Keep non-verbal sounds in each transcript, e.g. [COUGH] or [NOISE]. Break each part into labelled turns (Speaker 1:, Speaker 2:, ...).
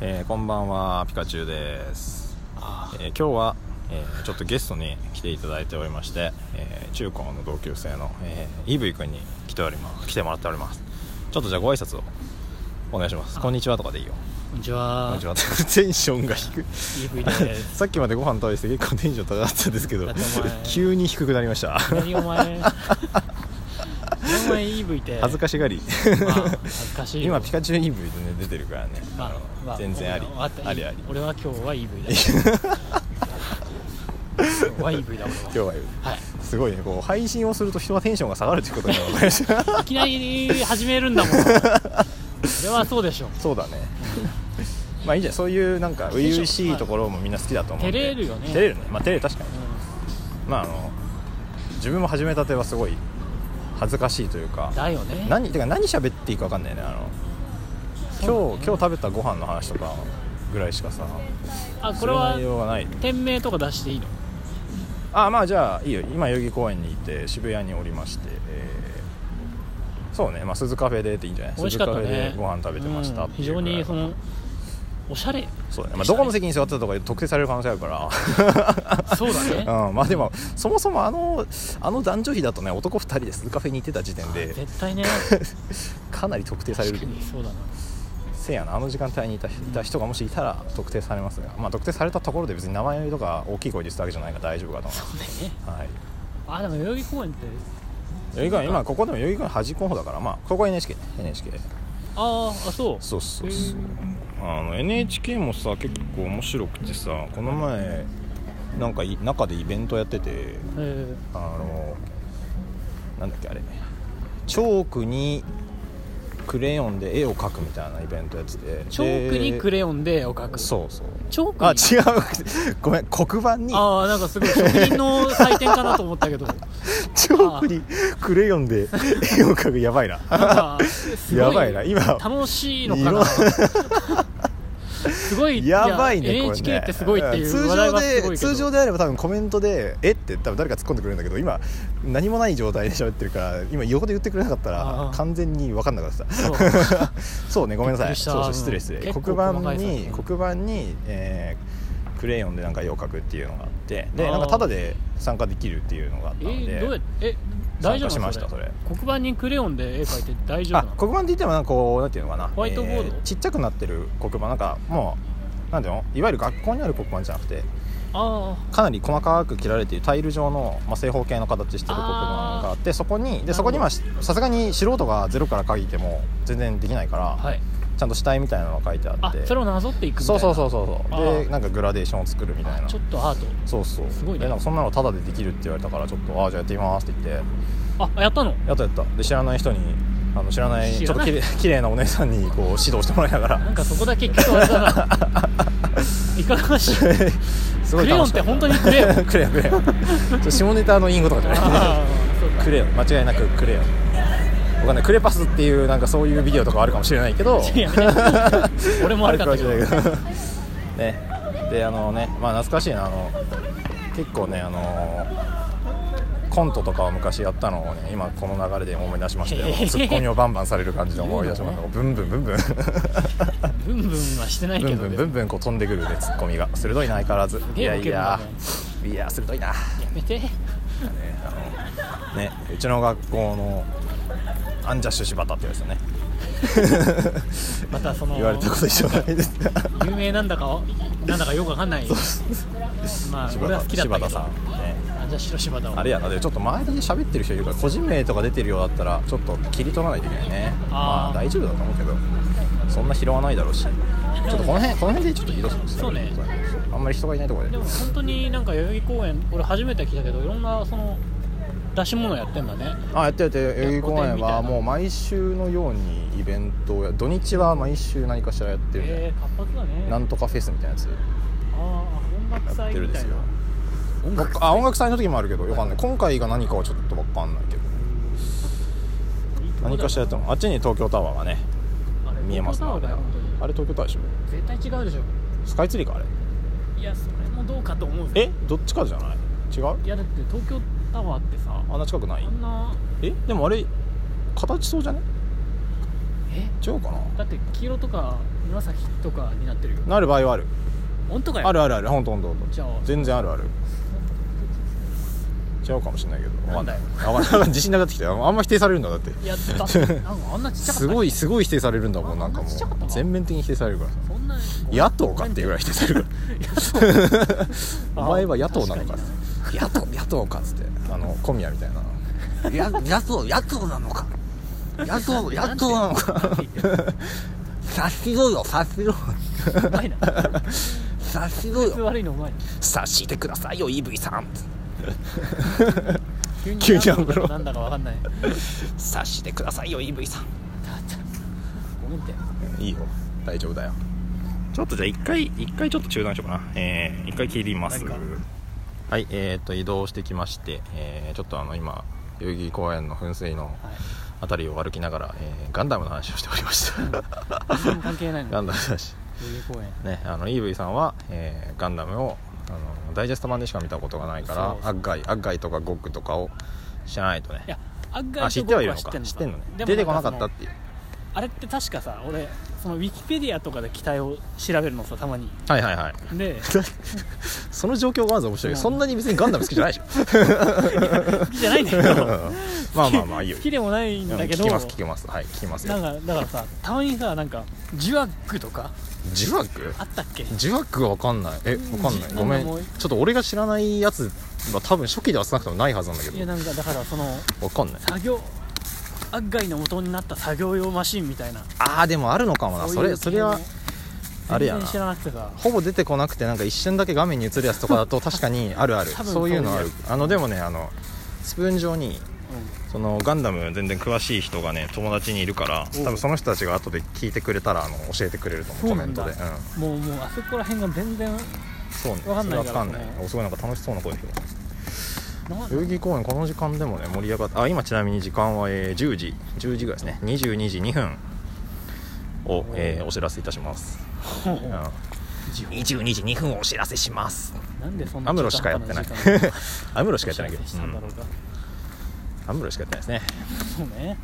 Speaker 1: えーこんばんはピカチュウです、
Speaker 2: あ
Speaker 1: えー今日は、えーちょっとゲストに来ていただいておりまして、えー中高の同級生の、えーイーブイ君に来ております来てもらっておりますちょっとじゃあご挨拶をお願いします
Speaker 2: あ
Speaker 1: こんにちはとかでいいよ
Speaker 2: こんにち
Speaker 1: こ
Speaker 2: は。
Speaker 1: んにちはテンションが低い
Speaker 2: EV です。
Speaker 1: さっきまでご飯食べてて結構テンション高かったんですけど
Speaker 2: だってお前
Speaker 1: 急に低くなりま [LAUGHS] した
Speaker 2: 何お前。お前 EV って。
Speaker 1: 恥ずかしがり
Speaker 2: まあ恥ずかしいよ。
Speaker 1: [LAUGHS] 今ピカチュウイーブイでね出てるからね、
Speaker 2: ま
Speaker 1: あ
Speaker 2: あ
Speaker 1: の
Speaker 2: まあ
Speaker 1: 全然あり
Speaker 2: わかった
Speaker 1: ありあり
Speaker 2: 俺は今日は EV だ。今日は EV だ俺
Speaker 1: 今日
Speaker 2: は。
Speaker 1: は
Speaker 2: はい。
Speaker 1: すごいねこう配信をすると人はテンションが下がるということが分かりました
Speaker 2: いきなり始めるんだもん。それはそうでしょ。
Speaker 1: [LAUGHS] そうだねまあいいじゃんそういうなんか初々しいところもみんな好きだと思うんで
Speaker 2: 照れるよね
Speaker 1: 照れるねまあ照れる確かに
Speaker 2: う
Speaker 1: まああの自分も始めたてはすごい恥ずかしいというか
Speaker 2: んだよね。
Speaker 1: 何てか何喋っていいか分かんないねあの今日今日食べたご飯の話とかぐらいしかさ
Speaker 2: あ
Speaker 1: す
Speaker 2: こ
Speaker 1: る
Speaker 2: れは
Speaker 1: 内容がない
Speaker 2: 店名とか出していいの。
Speaker 1: あまあじゃあいいよ今代々木公園にいて渋谷におりまして、えーそうね、まあ、鈴カフェでっていいんじゃない
Speaker 2: 美味しかった
Speaker 1: 鈴カフェ
Speaker 2: ね
Speaker 1: で。ご飯食べてました
Speaker 2: う
Speaker 1: っ
Speaker 2: ん
Speaker 1: て
Speaker 2: 非
Speaker 1: いうぐ
Speaker 2: 常
Speaker 1: らい
Speaker 2: にそのおしゃれ。
Speaker 1: そうだね、まあ、どこの席に座ってたとか特定される可能性あるか
Speaker 2: [LAUGHS] そうだね。
Speaker 1: ら、うん、まあでもそもそもあのあの男女比だとね男2人で鈴カフェに行ってた時点で
Speaker 2: 絶対ね
Speaker 1: [LAUGHS] かなり特定される
Speaker 2: 確かにそうだな
Speaker 1: せやなあの時間帯にいたいた人がもしいたら特定されますが、まあ、特定されたところで別に名前とか大きい声で言ってたわけじゃないから大丈夫かと思
Speaker 2: そうだよね
Speaker 1: う、はい、
Speaker 2: あでも代々木公園って
Speaker 1: 代々木公園今ここでも代々木公園端っこの方だからまあここは NHK ね NHK
Speaker 2: あーあそう
Speaker 1: そうそうそう
Speaker 2: へ
Speaker 1: あの NHK もさ結構面白くてさこの前なんかい中でイベントやってて
Speaker 2: え
Speaker 1: あのなんだっけあれチョークにクレヨンで絵を描くみたいなイベントやってて
Speaker 2: ー、チョークにクレヨンで絵を描く
Speaker 1: そうそう
Speaker 2: チョークに
Speaker 1: あ違う [LAUGHS] ごめん黒板に
Speaker 2: ああなんかすごい職人の祭典かなと思ったけどなん
Speaker 1: チョークにクレヨンで絵を描くやばいな
Speaker 2: かす
Speaker 1: [LAUGHS]
Speaker 2: ご
Speaker 1: やばいな今
Speaker 2: 楽しいのかなすごい
Speaker 1: やばいねこれね
Speaker 2: NHK ってすごいっていう話題はすごいけど
Speaker 1: 通常で通常であれば多分コメントで「えっ?」て多分誰か突っ込んでくれるんだけど今何もない状態で喋ってるから今横で言ってくれなかった
Speaker 2: あ
Speaker 1: ら
Speaker 2: ー
Speaker 1: 完全に分かんなかった
Speaker 2: そう
Speaker 1: [LAUGHS] そうねごめんなさ
Speaker 2: びっ
Speaker 1: い
Speaker 2: くりした
Speaker 1: そうそう失礼失
Speaker 2: うん
Speaker 1: 礼
Speaker 2: 結構
Speaker 1: 黒板
Speaker 2: 細かい
Speaker 1: に
Speaker 2: ですね
Speaker 1: 黒板に、えークレヨンでなんか絵を描くっていうのがあってで
Speaker 2: あー
Speaker 1: なんかタダで参加できるっていうのがあっ
Speaker 2: え
Speaker 1: たので、
Speaker 2: ーどうやえ大丈
Speaker 1: 参
Speaker 2: 夫
Speaker 1: 加しましたそれ
Speaker 2: 黒板にクレヨンで絵描いて大丈夫
Speaker 1: あ
Speaker 2: なの
Speaker 1: 黒板って言ってもなんかこうなんていうのかな
Speaker 2: ホワイトボード
Speaker 1: ちっちゃくなってる黒板なんかもうなんていうのいわゆる学校にある黒板じゃなくて
Speaker 2: あ
Speaker 1: かなり細かく切られているタイル状の、まあ、正方形の形してる黒板があってそこに
Speaker 2: なる
Speaker 1: で
Speaker 2: ほど
Speaker 1: そこにまあしさすがに素人がゼロから書いても全然できないから、
Speaker 2: あはい
Speaker 1: ちゃんと死体みたいなのが書いてあ
Speaker 2: あ
Speaker 1: って
Speaker 2: それをなぞっていくみたい
Speaker 1: そう
Speaker 2: な
Speaker 1: そうそうそう
Speaker 2: あ
Speaker 1: そうで
Speaker 2: ー
Speaker 1: なんかグラデーションを作るみたいな
Speaker 2: ちょっとアート
Speaker 1: そうそう
Speaker 2: すごいね
Speaker 1: でなんかそんなのタダでできるって言われたからちょっとああじゃあやってみますって言って
Speaker 2: あやったの
Speaker 1: やったやったで知らない人にあの知らない
Speaker 2: 知ら
Speaker 1: ちょ
Speaker 2: ない
Speaker 1: っときれいきれいなお姉さんにこう指導してもらいながら [LAUGHS]
Speaker 2: なんかそこだけ聞こえたないかがわしい
Speaker 1: すごい楽しか
Speaker 2: クレヨンって本当にク
Speaker 1: [LAUGHS]
Speaker 2: レヨ
Speaker 1: クレヨンクレヨンちょっと下ネタの隠語とかじゃない
Speaker 2: あーそうか
Speaker 1: クレヨン間違いなくクレヨン僕はねクレパスっていうなんかそういうビデオとかあるかもしれないけど
Speaker 2: いやめて俺も悪かったけど
Speaker 1: あるかもしれないけどねであのねまあ懐かしいなあの結構ねあのコントとかを昔やったのをね今この流れで思い出しましたよ
Speaker 2: へへへ
Speaker 1: ツッコミをバンバンされる感じで思い出しましたブンブンブンブン
Speaker 2: ブンブンはしてない
Speaker 1: ブ
Speaker 2: け
Speaker 1: ンブ
Speaker 2: ど
Speaker 1: ン
Speaker 2: ね
Speaker 1: ブンブンこう飛んでくるねツッコミが鋭いな相変わらずい
Speaker 2: げえ
Speaker 1: や
Speaker 2: ウ
Speaker 1: い
Speaker 2: ケる
Speaker 1: や
Speaker 2: ない
Speaker 1: や鋭いな
Speaker 2: やめて
Speaker 1: ねあのねうちの学校のアンジャッシュ柴田ってやつだね
Speaker 2: またその
Speaker 1: 言われたこと一緒ないです
Speaker 2: 有名なんだかなんだかよくわかんないまあ
Speaker 1: 柴
Speaker 2: 俺は
Speaker 1: 田
Speaker 2: 好きだった
Speaker 1: 柴
Speaker 2: けど
Speaker 1: 田さん、ね、
Speaker 2: あじゃあ白柴田を
Speaker 1: あれやなでちょっと周りで喋ってる人いるから個人名とか出てるようだったらちょっと切り取らないといけないねま
Speaker 2: あー
Speaker 1: あ大丈夫だと思うけどそんな拾わないだろうしちょっとこの辺この辺でちょっと移動する
Speaker 2: そうね
Speaker 1: あんまり人がいないところで
Speaker 2: でも本当になんか代々木公園俺初めて来たけどいろんなその出し物やってんだね
Speaker 1: あやってやって代々木公園
Speaker 2: い
Speaker 1: は
Speaker 2: や個展みたいな
Speaker 1: もう毎週のようにイベントをや土日は毎週何かしらやってるね、
Speaker 2: えー、活発だね
Speaker 1: なんとかフェスみたいなやつ
Speaker 2: あー音楽
Speaker 1: やっ
Speaker 2: 祭
Speaker 1: てる
Speaker 2: み
Speaker 1: で
Speaker 2: た
Speaker 1: す
Speaker 2: い
Speaker 1: よ
Speaker 2: な
Speaker 1: 音楽あ音楽祭の時もあるけどよかんない今回が何かはちょっと分かんないけど
Speaker 2: いいとこだ
Speaker 1: 何かしらやってもあっちに東京タワーがね
Speaker 2: あれ
Speaker 1: 見えますね
Speaker 2: 東
Speaker 1: あれ
Speaker 2: 京タワーだよ本当に
Speaker 1: あれ東京タワーでしょ
Speaker 2: 絶対違うでしょ
Speaker 1: スカイツリーかあれ
Speaker 2: いやそれもどうかと思う
Speaker 1: えどっちかじゃない違う
Speaker 2: いやだって東京タワーってさ
Speaker 1: あんな近くない
Speaker 2: あんな
Speaker 1: えでもあれ形そうじゃね
Speaker 2: ええ
Speaker 1: 違うかな
Speaker 2: だって黄色とか紫とかになってるよ
Speaker 1: なる場合はある
Speaker 2: 本当かよ
Speaker 1: あるあるあるほんとほんとほんと
Speaker 2: じゃあ
Speaker 1: 全然あるある違うかもしれないけどわかんない
Speaker 2: なん
Speaker 1: あわかんない自信なくなってきたよあんま否定されるんだだって
Speaker 2: いやだってなんかあんなちっちゃかったっけ
Speaker 1: すごいすごい否定されるんだもん
Speaker 2: あ
Speaker 1: なんかもう
Speaker 2: あんなちっちゃかったな
Speaker 1: 全面的に否定されるからさ
Speaker 2: そんな
Speaker 1: 野党かっていうぐらい否定されるから [LAUGHS] お前は野党なのかっつって野党野党かっつってあの小宮みたいなや野党野党なのか野党野党なのか察しろよ察しろ
Speaker 2: うまいな [LAUGHS]
Speaker 1: 察しろ
Speaker 2: 質悪いのうまいな
Speaker 1: 察してくださいよ EV さん
Speaker 2: 急に
Speaker 1: [LAUGHS] 急にアンブロ
Speaker 2: なんだかわかんない [LAUGHS] だって
Speaker 1: 察してくださいよ EV さん
Speaker 2: ごめんって
Speaker 1: いいよ大丈夫だよちょっとじゃあ一回一回ちょっと中断しようかなえー、一回切ります
Speaker 2: 何か
Speaker 1: はいえー、と移動してきまして、えー、ちょっとあの今代々木公園の噴水の
Speaker 2: はい
Speaker 1: あたりを歩きながら、えー、ガンダムの話をしておりま [LAUGHS] した
Speaker 2: 全然関係ないの
Speaker 1: ガン
Speaker 2: 代
Speaker 1: ダムの話
Speaker 2: 々木公園
Speaker 1: ねあの EV さんは、えーガンダムをあのダイジェスト版でしか見たことがないから
Speaker 2: そうそう
Speaker 1: アッガイアッガイとかゴックとかを知らないとね
Speaker 2: いや案外
Speaker 1: あ知ってはいるのか知ってんのね出てこなかったっていう
Speaker 2: あれって確かさ俺そのウィキペディアとかで機体を調べるのさたまに
Speaker 1: はいはいはい [LAUGHS]
Speaker 2: で
Speaker 1: その状況がまず面白いけどそんなに別にガンダム好きじゃないでしょ
Speaker 2: 好きじゃないんだけど
Speaker 1: [LAUGHS] まあまあまあいい [LAUGHS] よ
Speaker 2: 好きでもないんだけど
Speaker 1: 聞きます聞きますはい聞きます
Speaker 2: な
Speaker 1: よ
Speaker 2: んかだからさたまにさなんかジュアックとか
Speaker 1: ジュワック
Speaker 2: あったっけ
Speaker 1: ジュワックは分かんないえ分かんない
Speaker 2: じ
Speaker 1: ごめ
Speaker 2: あ
Speaker 1: んち
Speaker 2: の
Speaker 1: ょ
Speaker 2: もう
Speaker 1: っと俺が知らないやつは多分初期では少なくともないはずなんだけ
Speaker 2: いや
Speaker 1: ど
Speaker 2: なんかだからその
Speaker 1: 分かんない
Speaker 2: 作業アッガイの元になった作業用マシンみたいな
Speaker 1: ああでもあるのかもなそう
Speaker 2: い
Speaker 1: れ
Speaker 2: う
Speaker 1: それはあれや
Speaker 2: 全
Speaker 1: な
Speaker 2: 然知らなくてさ
Speaker 1: ほぼ出てこなくてなんか一瞬だけ画面に映るやつとかだと確か
Speaker 2: [LAUGHS]
Speaker 1: にあるある
Speaker 2: 多分
Speaker 1: そういうのあ
Speaker 2: そ
Speaker 1: る
Speaker 2: う
Speaker 1: あのでもねあのスプーン状に
Speaker 2: う
Speaker 1: そのガンダム全然詳しい人がね友達にいるから
Speaker 2: おう
Speaker 1: 多分その人たちが後で聞いてくれたらあの教えてくれると思う
Speaker 2: そ
Speaker 1: コ
Speaker 2: う
Speaker 1: メ
Speaker 2: な
Speaker 1: ン
Speaker 2: んだ
Speaker 1: トでうん
Speaker 2: んもうもうあそこら辺が全然
Speaker 1: そうね
Speaker 2: わかんな
Speaker 1: それ
Speaker 2: い
Speaker 1: はわかんな
Speaker 2: だから
Speaker 1: いおすごいなんか楽しそうな声で聞こえます
Speaker 2: な
Speaker 1: 代々木公園この時間でもね盛り上がってあ今ちなみに時間は、えー10時10時ぐらいですね22時2分を、えーお知らせいたします、うん、22時2分をお知らせします
Speaker 2: なんでそんな
Speaker 1: アムロしかやってない
Speaker 2: 中途半端時間
Speaker 1: アムロしかやってないけど、
Speaker 2: お知らせしたんだろうか
Speaker 1: うんアムロしかやってないですね
Speaker 2: そうね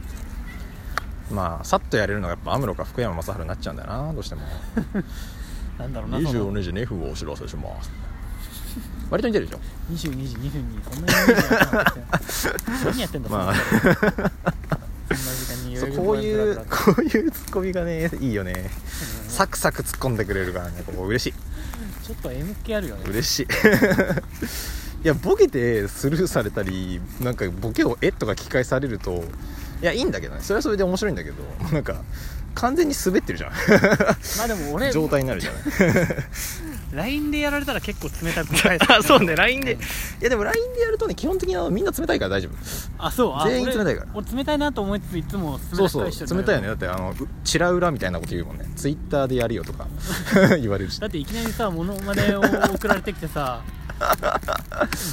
Speaker 1: まあさっとやれるのがやっぱアムロか福山雅治になっちゃうんだよなどうしても
Speaker 2: なんだろうなその
Speaker 1: 22時2分をお知らせします割と似てるでしょ
Speaker 2: 22時2分にそんなに何やってんだ [LAUGHS] そんな
Speaker 1: まあ
Speaker 2: のそんな時間に
Speaker 1: そう
Speaker 2: 代々木
Speaker 1: こう
Speaker 2: 公園
Speaker 1: い
Speaker 2: ブ
Speaker 1: う
Speaker 2: ラブラ
Speaker 1: こういうツッコミがねいいよねサクサク突っ込んでくれるからねここ嬉しい
Speaker 2: ちょっと MK あるよね
Speaker 1: 嬉しい [LAUGHS] いやボケてスルーされたりなんかボケを「えっ?」とか聞き返されるといやいいんだけどねそれはそれで面白いんだけどなんか完全に滑ってるじゃ
Speaker 2: まあでも
Speaker 1: ん [LAUGHS]
Speaker 2: 俺
Speaker 1: 状態になるじゃない
Speaker 2: LINE でやられたら結構冷たく返す
Speaker 1: [LAUGHS] あそうね LINE でいやでも LINE でやるとね基本的にあのみんな冷たいから大丈夫
Speaker 2: あそうあ
Speaker 1: 全員冷たいから
Speaker 2: 俺俺冷たいなと思いつついつも冷た
Speaker 1: そう
Speaker 2: い人
Speaker 1: そ
Speaker 2: に
Speaker 1: う冷た
Speaker 2: なる
Speaker 1: いよねだってあのう「チラウラ」みたいなこと言うもんねツイッターでやるよとか [LAUGHS] 言われるし
Speaker 2: だっていきなりさモノマネを送られてきてさ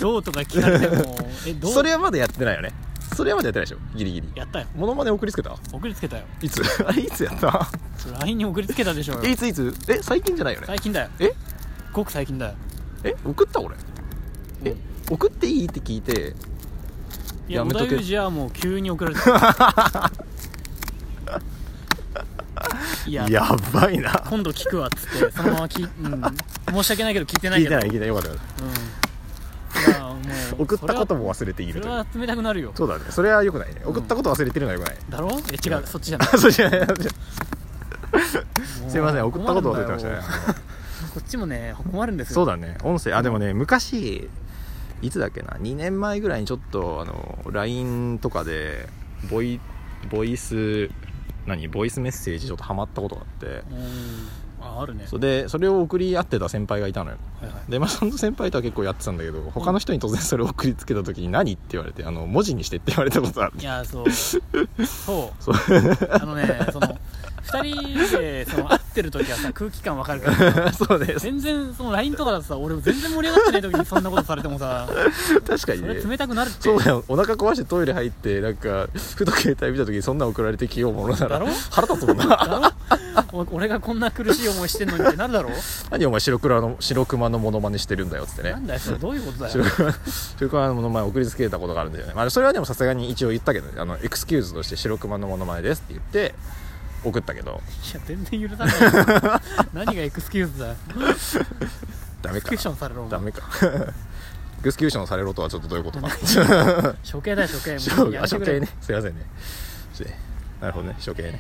Speaker 2: どうとか聞かれてもえどう
Speaker 1: それはまだやってないよねそれはまだやってないでしょギリギリ
Speaker 2: やったよ
Speaker 1: モノマネ送りつけた
Speaker 2: 送りつけたよ
Speaker 1: いつ [LAUGHS] あれいつやった
Speaker 2: それ LINE に送りつけたでしょう
Speaker 1: え
Speaker 2: よ
Speaker 1: [LAUGHS] いついつえ最近じゃないよね
Speaker 2: 最近だよ
Speaker 1: え
Speaker 2: ごく最近だよ
Speaker 1: え送った俺え
Speaker 2: うん
Speaker 1: 送っていいって聞いて
Speaker 2: いや
Speaker 1: やめと
Speaker 2: 織田
Speaker 1: け
Speaker 2: 裕二はもう急に送られてた
Speaker 1: [LAUGHS]
Speaker 2: いや
Speaker 1: ばいな
Speaker 2: 今度聞くわっつってそのままき、うん、申し訳ないけど聞いてない
Speaker 1: 聞い
Speaker 2: け
Speaker 1: て
Speaker 2: ど
Speaker 1: ない聞いてないよかったよかっ
Speaker 2: うん、まあも
Speaker 1: た
Speaker 2: う
Speaker 1: 送ったことも忘れてい
Speaker 2: そ
Speaker 1: る
Speaker 2: れ
Speaker 1: とい
Speaker 2: は
Speaker 1: う
Speaker 2: それは冷たくなるよ
Speaker 1: そうだねそれはよくないね送ったこと忘れてるのはよくない
Speaker 2: だろえ違うそっちじゃない
Speaker 1: あ [LAUGHS] そうじゃないすいません
Speaker 2: もう
Speaker 1: 送ったこと忘れてましたね
Speaker 2: 困るんだよこっちもね困るんですよ
Speaker 1: そうだね音声あでもね昔いつだっけな2年前ぐらいにちょっとあの LINE とかでボイボイス何ボイスメッセージちょっとハマったことがあって
Speaker 2: うんああるね
Speaker 1: それでそれを送り合ってた先輩がいたのよ
Speaker 2: はいはい
Speaker 1: でまあその先輩とは結構やってたんだけど他の人に突然それを送りつけた時に「何?」って言われてあの文字にしてって言われたことある
Speaker 2: いやそうそうあのねその2人でその会ってる時はさ空気感わかるか
Speaker 1: [LAUGHS]
Speaker 2: ら
Speaker 1: そうです
Speaker 2: 全然その LINE とかだとさ俺全然盛り上がってない時にそんなことされてもさ
Speaker 1: 確かに
Speaker 2: それ
Speaker 1: ね
Speaker 2: 冷たくなるって
Speaker 1: そうだよお腹壊してトイレ入ってなんかふと携帯見た時にそんなん送られてきようものな
Speaker 2: だ
Speaker 1: ら
Speaker 2: ろ
Speaker 1: 腹立つもんな [LAUGHS]
Speaker 2: だろお俺がこんな苦しい思いしてんのにってなるだろ
Speaker 1: 何お前白黒の白熊のモノマネしてるんだよっつってね
Speaker 2: なんだよそれどういうことだ
Speaker 1: 白
Speaker 2: よ
Speaker 1: 熊白熊のモノマネ送りつけたことがあるんだよね、まあ、それはでもさすがに一応言ったけどねあのエクスキューズとして白熊のモノマネですって言って送ったけど
Speaker 2: や全然許さないよ何がエクスキューズだよ
Speaker 1: ダメか
Speaker 2: クッションされるお前
Speaker 1: ダメ [LAUGHS] かエクスキューションされろとはちょっとどういうことか
Speaker 2: 処刑だよ処刑もうや
Speaker 1: 処処
Speaker 2: めてくれ
Speaker 1: 刑ねすいませんねちょっとねなるほどね処刑ね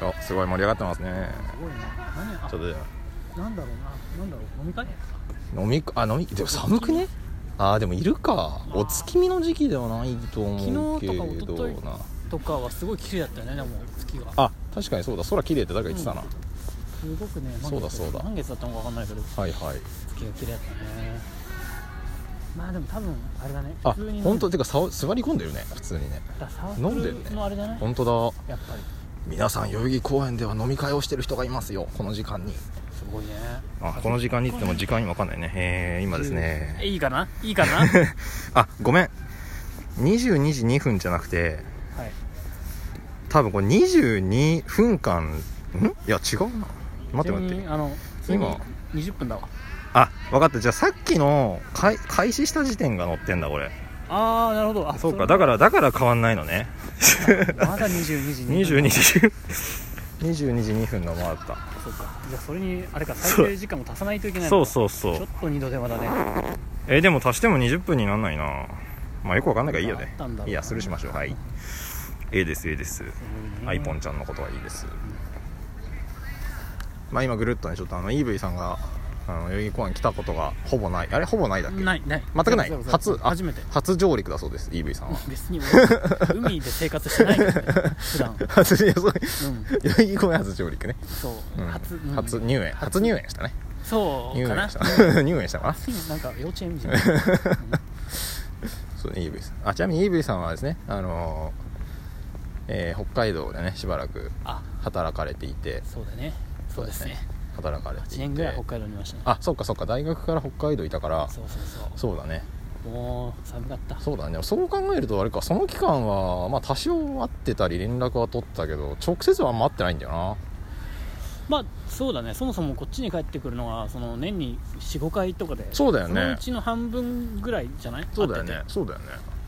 Speaker 1: あすごい盛り上がってますね
Speaker 2: すごいな何あ
Speaker 1: ちょっとじゃ
Speaker 2: なんだろうななんだろう飲み会
Speaker 1: あ飲みあ飲みでも寒くねあーでもいるかお月見の時期ではないと思うけれどな
Speaker 2: 昨日とか一昨日とかはすごい綺麗だったよねでも月が
Speaker 1: あ確かにそうだ空綺麗って誰か言ってたな、
Speaker 2: すごくね満月
Speaker 1: そうだそうだ
Speaker 2: 満月だったのか分かんないけど
Speaker 1: はいはい
Speaker 2: 月が綺麗だったねまあでも多分あれだね
Speaker 1: あ
Speaker 2: 普通に
Speaker 1: 本当
Speaker 2: だ
Speaker 1: てかさ座り込んでるね普通にね
Speaker 2: サー
Speaker 1: 飲んでるね
Speaker 2: クルのあれじゃない
Speaker 1: 本当だ
Speaker 2: やっぱり
Speaker 1: 皆さん代々木公園では飲み会をしてる人がいますよこの時間に
Speaker 2: すごいね
Speaker 1: あこの時間にっても時間今わかんないねえー、今です
Speaker 2: え
Speaker 1: ね
Speaker 2: いいかないい
Speaker 1: [LAUGHS]
Speaker 2: かなはい
Speaker 1: あごめん22時2分じゃなくて多分これ22分間んいや違うな待って待
Speaker 2: ちなみ
Speaker 1: っ
Speaker 2: に
Speaker 1: て
Speaker 2: あの
Speaker 1: 今
Speaker 2: 今20分だわ
Speaker 1: あ分かったじゃあさっきの開開始した時点が載ってんだこれ
Speaker 2: ああなるほどあ
Speaker 1: そうかだかららだから変わんないのね
Speaker 2: まだ22時
Speaker 1: 22時
Speaker 2: 分 [LAUGHS]
Speaker 1: 22時2分の回った
Speaker 2: そうかじゃあそれにあれか最低時間も足さないといけない
Speaker 1: そ
Speaker 2: の
Speaker 1: う
Speaker 2: か
Speaker 1: そうそ
Speaker 2: ち
Speaker 1: う
Speaker 2: ょっと二度手間だね
Speaker 1: えーでも足しても20分になんないなまあよくわかんないからいいよ
Speaker 2: あ
Speaker 1: ね
Speaker 2: ったんだろうない
Speaker 1: やスルーしましょうはいええですええですアイポンちゃんのことはいいですまあ今ぐるっとねちょっとあの EV さんがあの代々木公園来たことがほぼないあれほぼないだっけ
Speaker 2: ないない
Speaker 1: 全くない
Speaker 2: ゼロゼロ
Speaker 1: 初あ
Speaker 2: 初めて
Speaker 1: 初上陸だそうです EV さんは
Speaker 2: 別に俺海で生活してないか
Speaker 1: [LAUGHS]
Speaker 2: らね普段
Speaker 1: 初いやそう
Speaker 2: うん
Speaker 1: 代々木公園初上陸ね、
Speaker 2: そう
Speaker 1: うん
Speaker 2: 初うん
Speaker 1: 初入園初入園したね
Speaker 2: そう
Speaker 1: 入
Speaker 2: かな
Speaker 1: 園した [LAUGHS] 入園したかな
Speaker 2: ついになんか幼稚園
Speaker 1: [LAUGHS]
Speaker 2: みたいな
Speaker 1: そうね、イーブイさんあちなみにイーブイさんはですね、あのーえー北海道でねしばらく
Speaker 2: あ
Speaker 1: 働かれていて
Speaker 2: そうだねそうですね
Speaker 1: 働かれていて
Speaker 2: 1年ぐらい北海道にいましたね
Speaker 1: あそうかそうか大学から北海道いたから
Speaker 2: そうそうそ
Speaker 1: そうだね
Speaker 2: うもう寒かった
Speaker 1: そうだねそう考えるとあれかその期間はまあ多少会ってたり連絡は取ったけど直接はあんま会ってないんだよな
Speaker 2: まあそうだねそもそもこっちに帰ってくるのはその年に45回とかで
Speaker 1: そうだよね
Speaker 2: そのうちの半分ぐらいじゃない
Speaker 1: そうだよね
Speaker 2: 会ってて
Speaker 1: そうだよね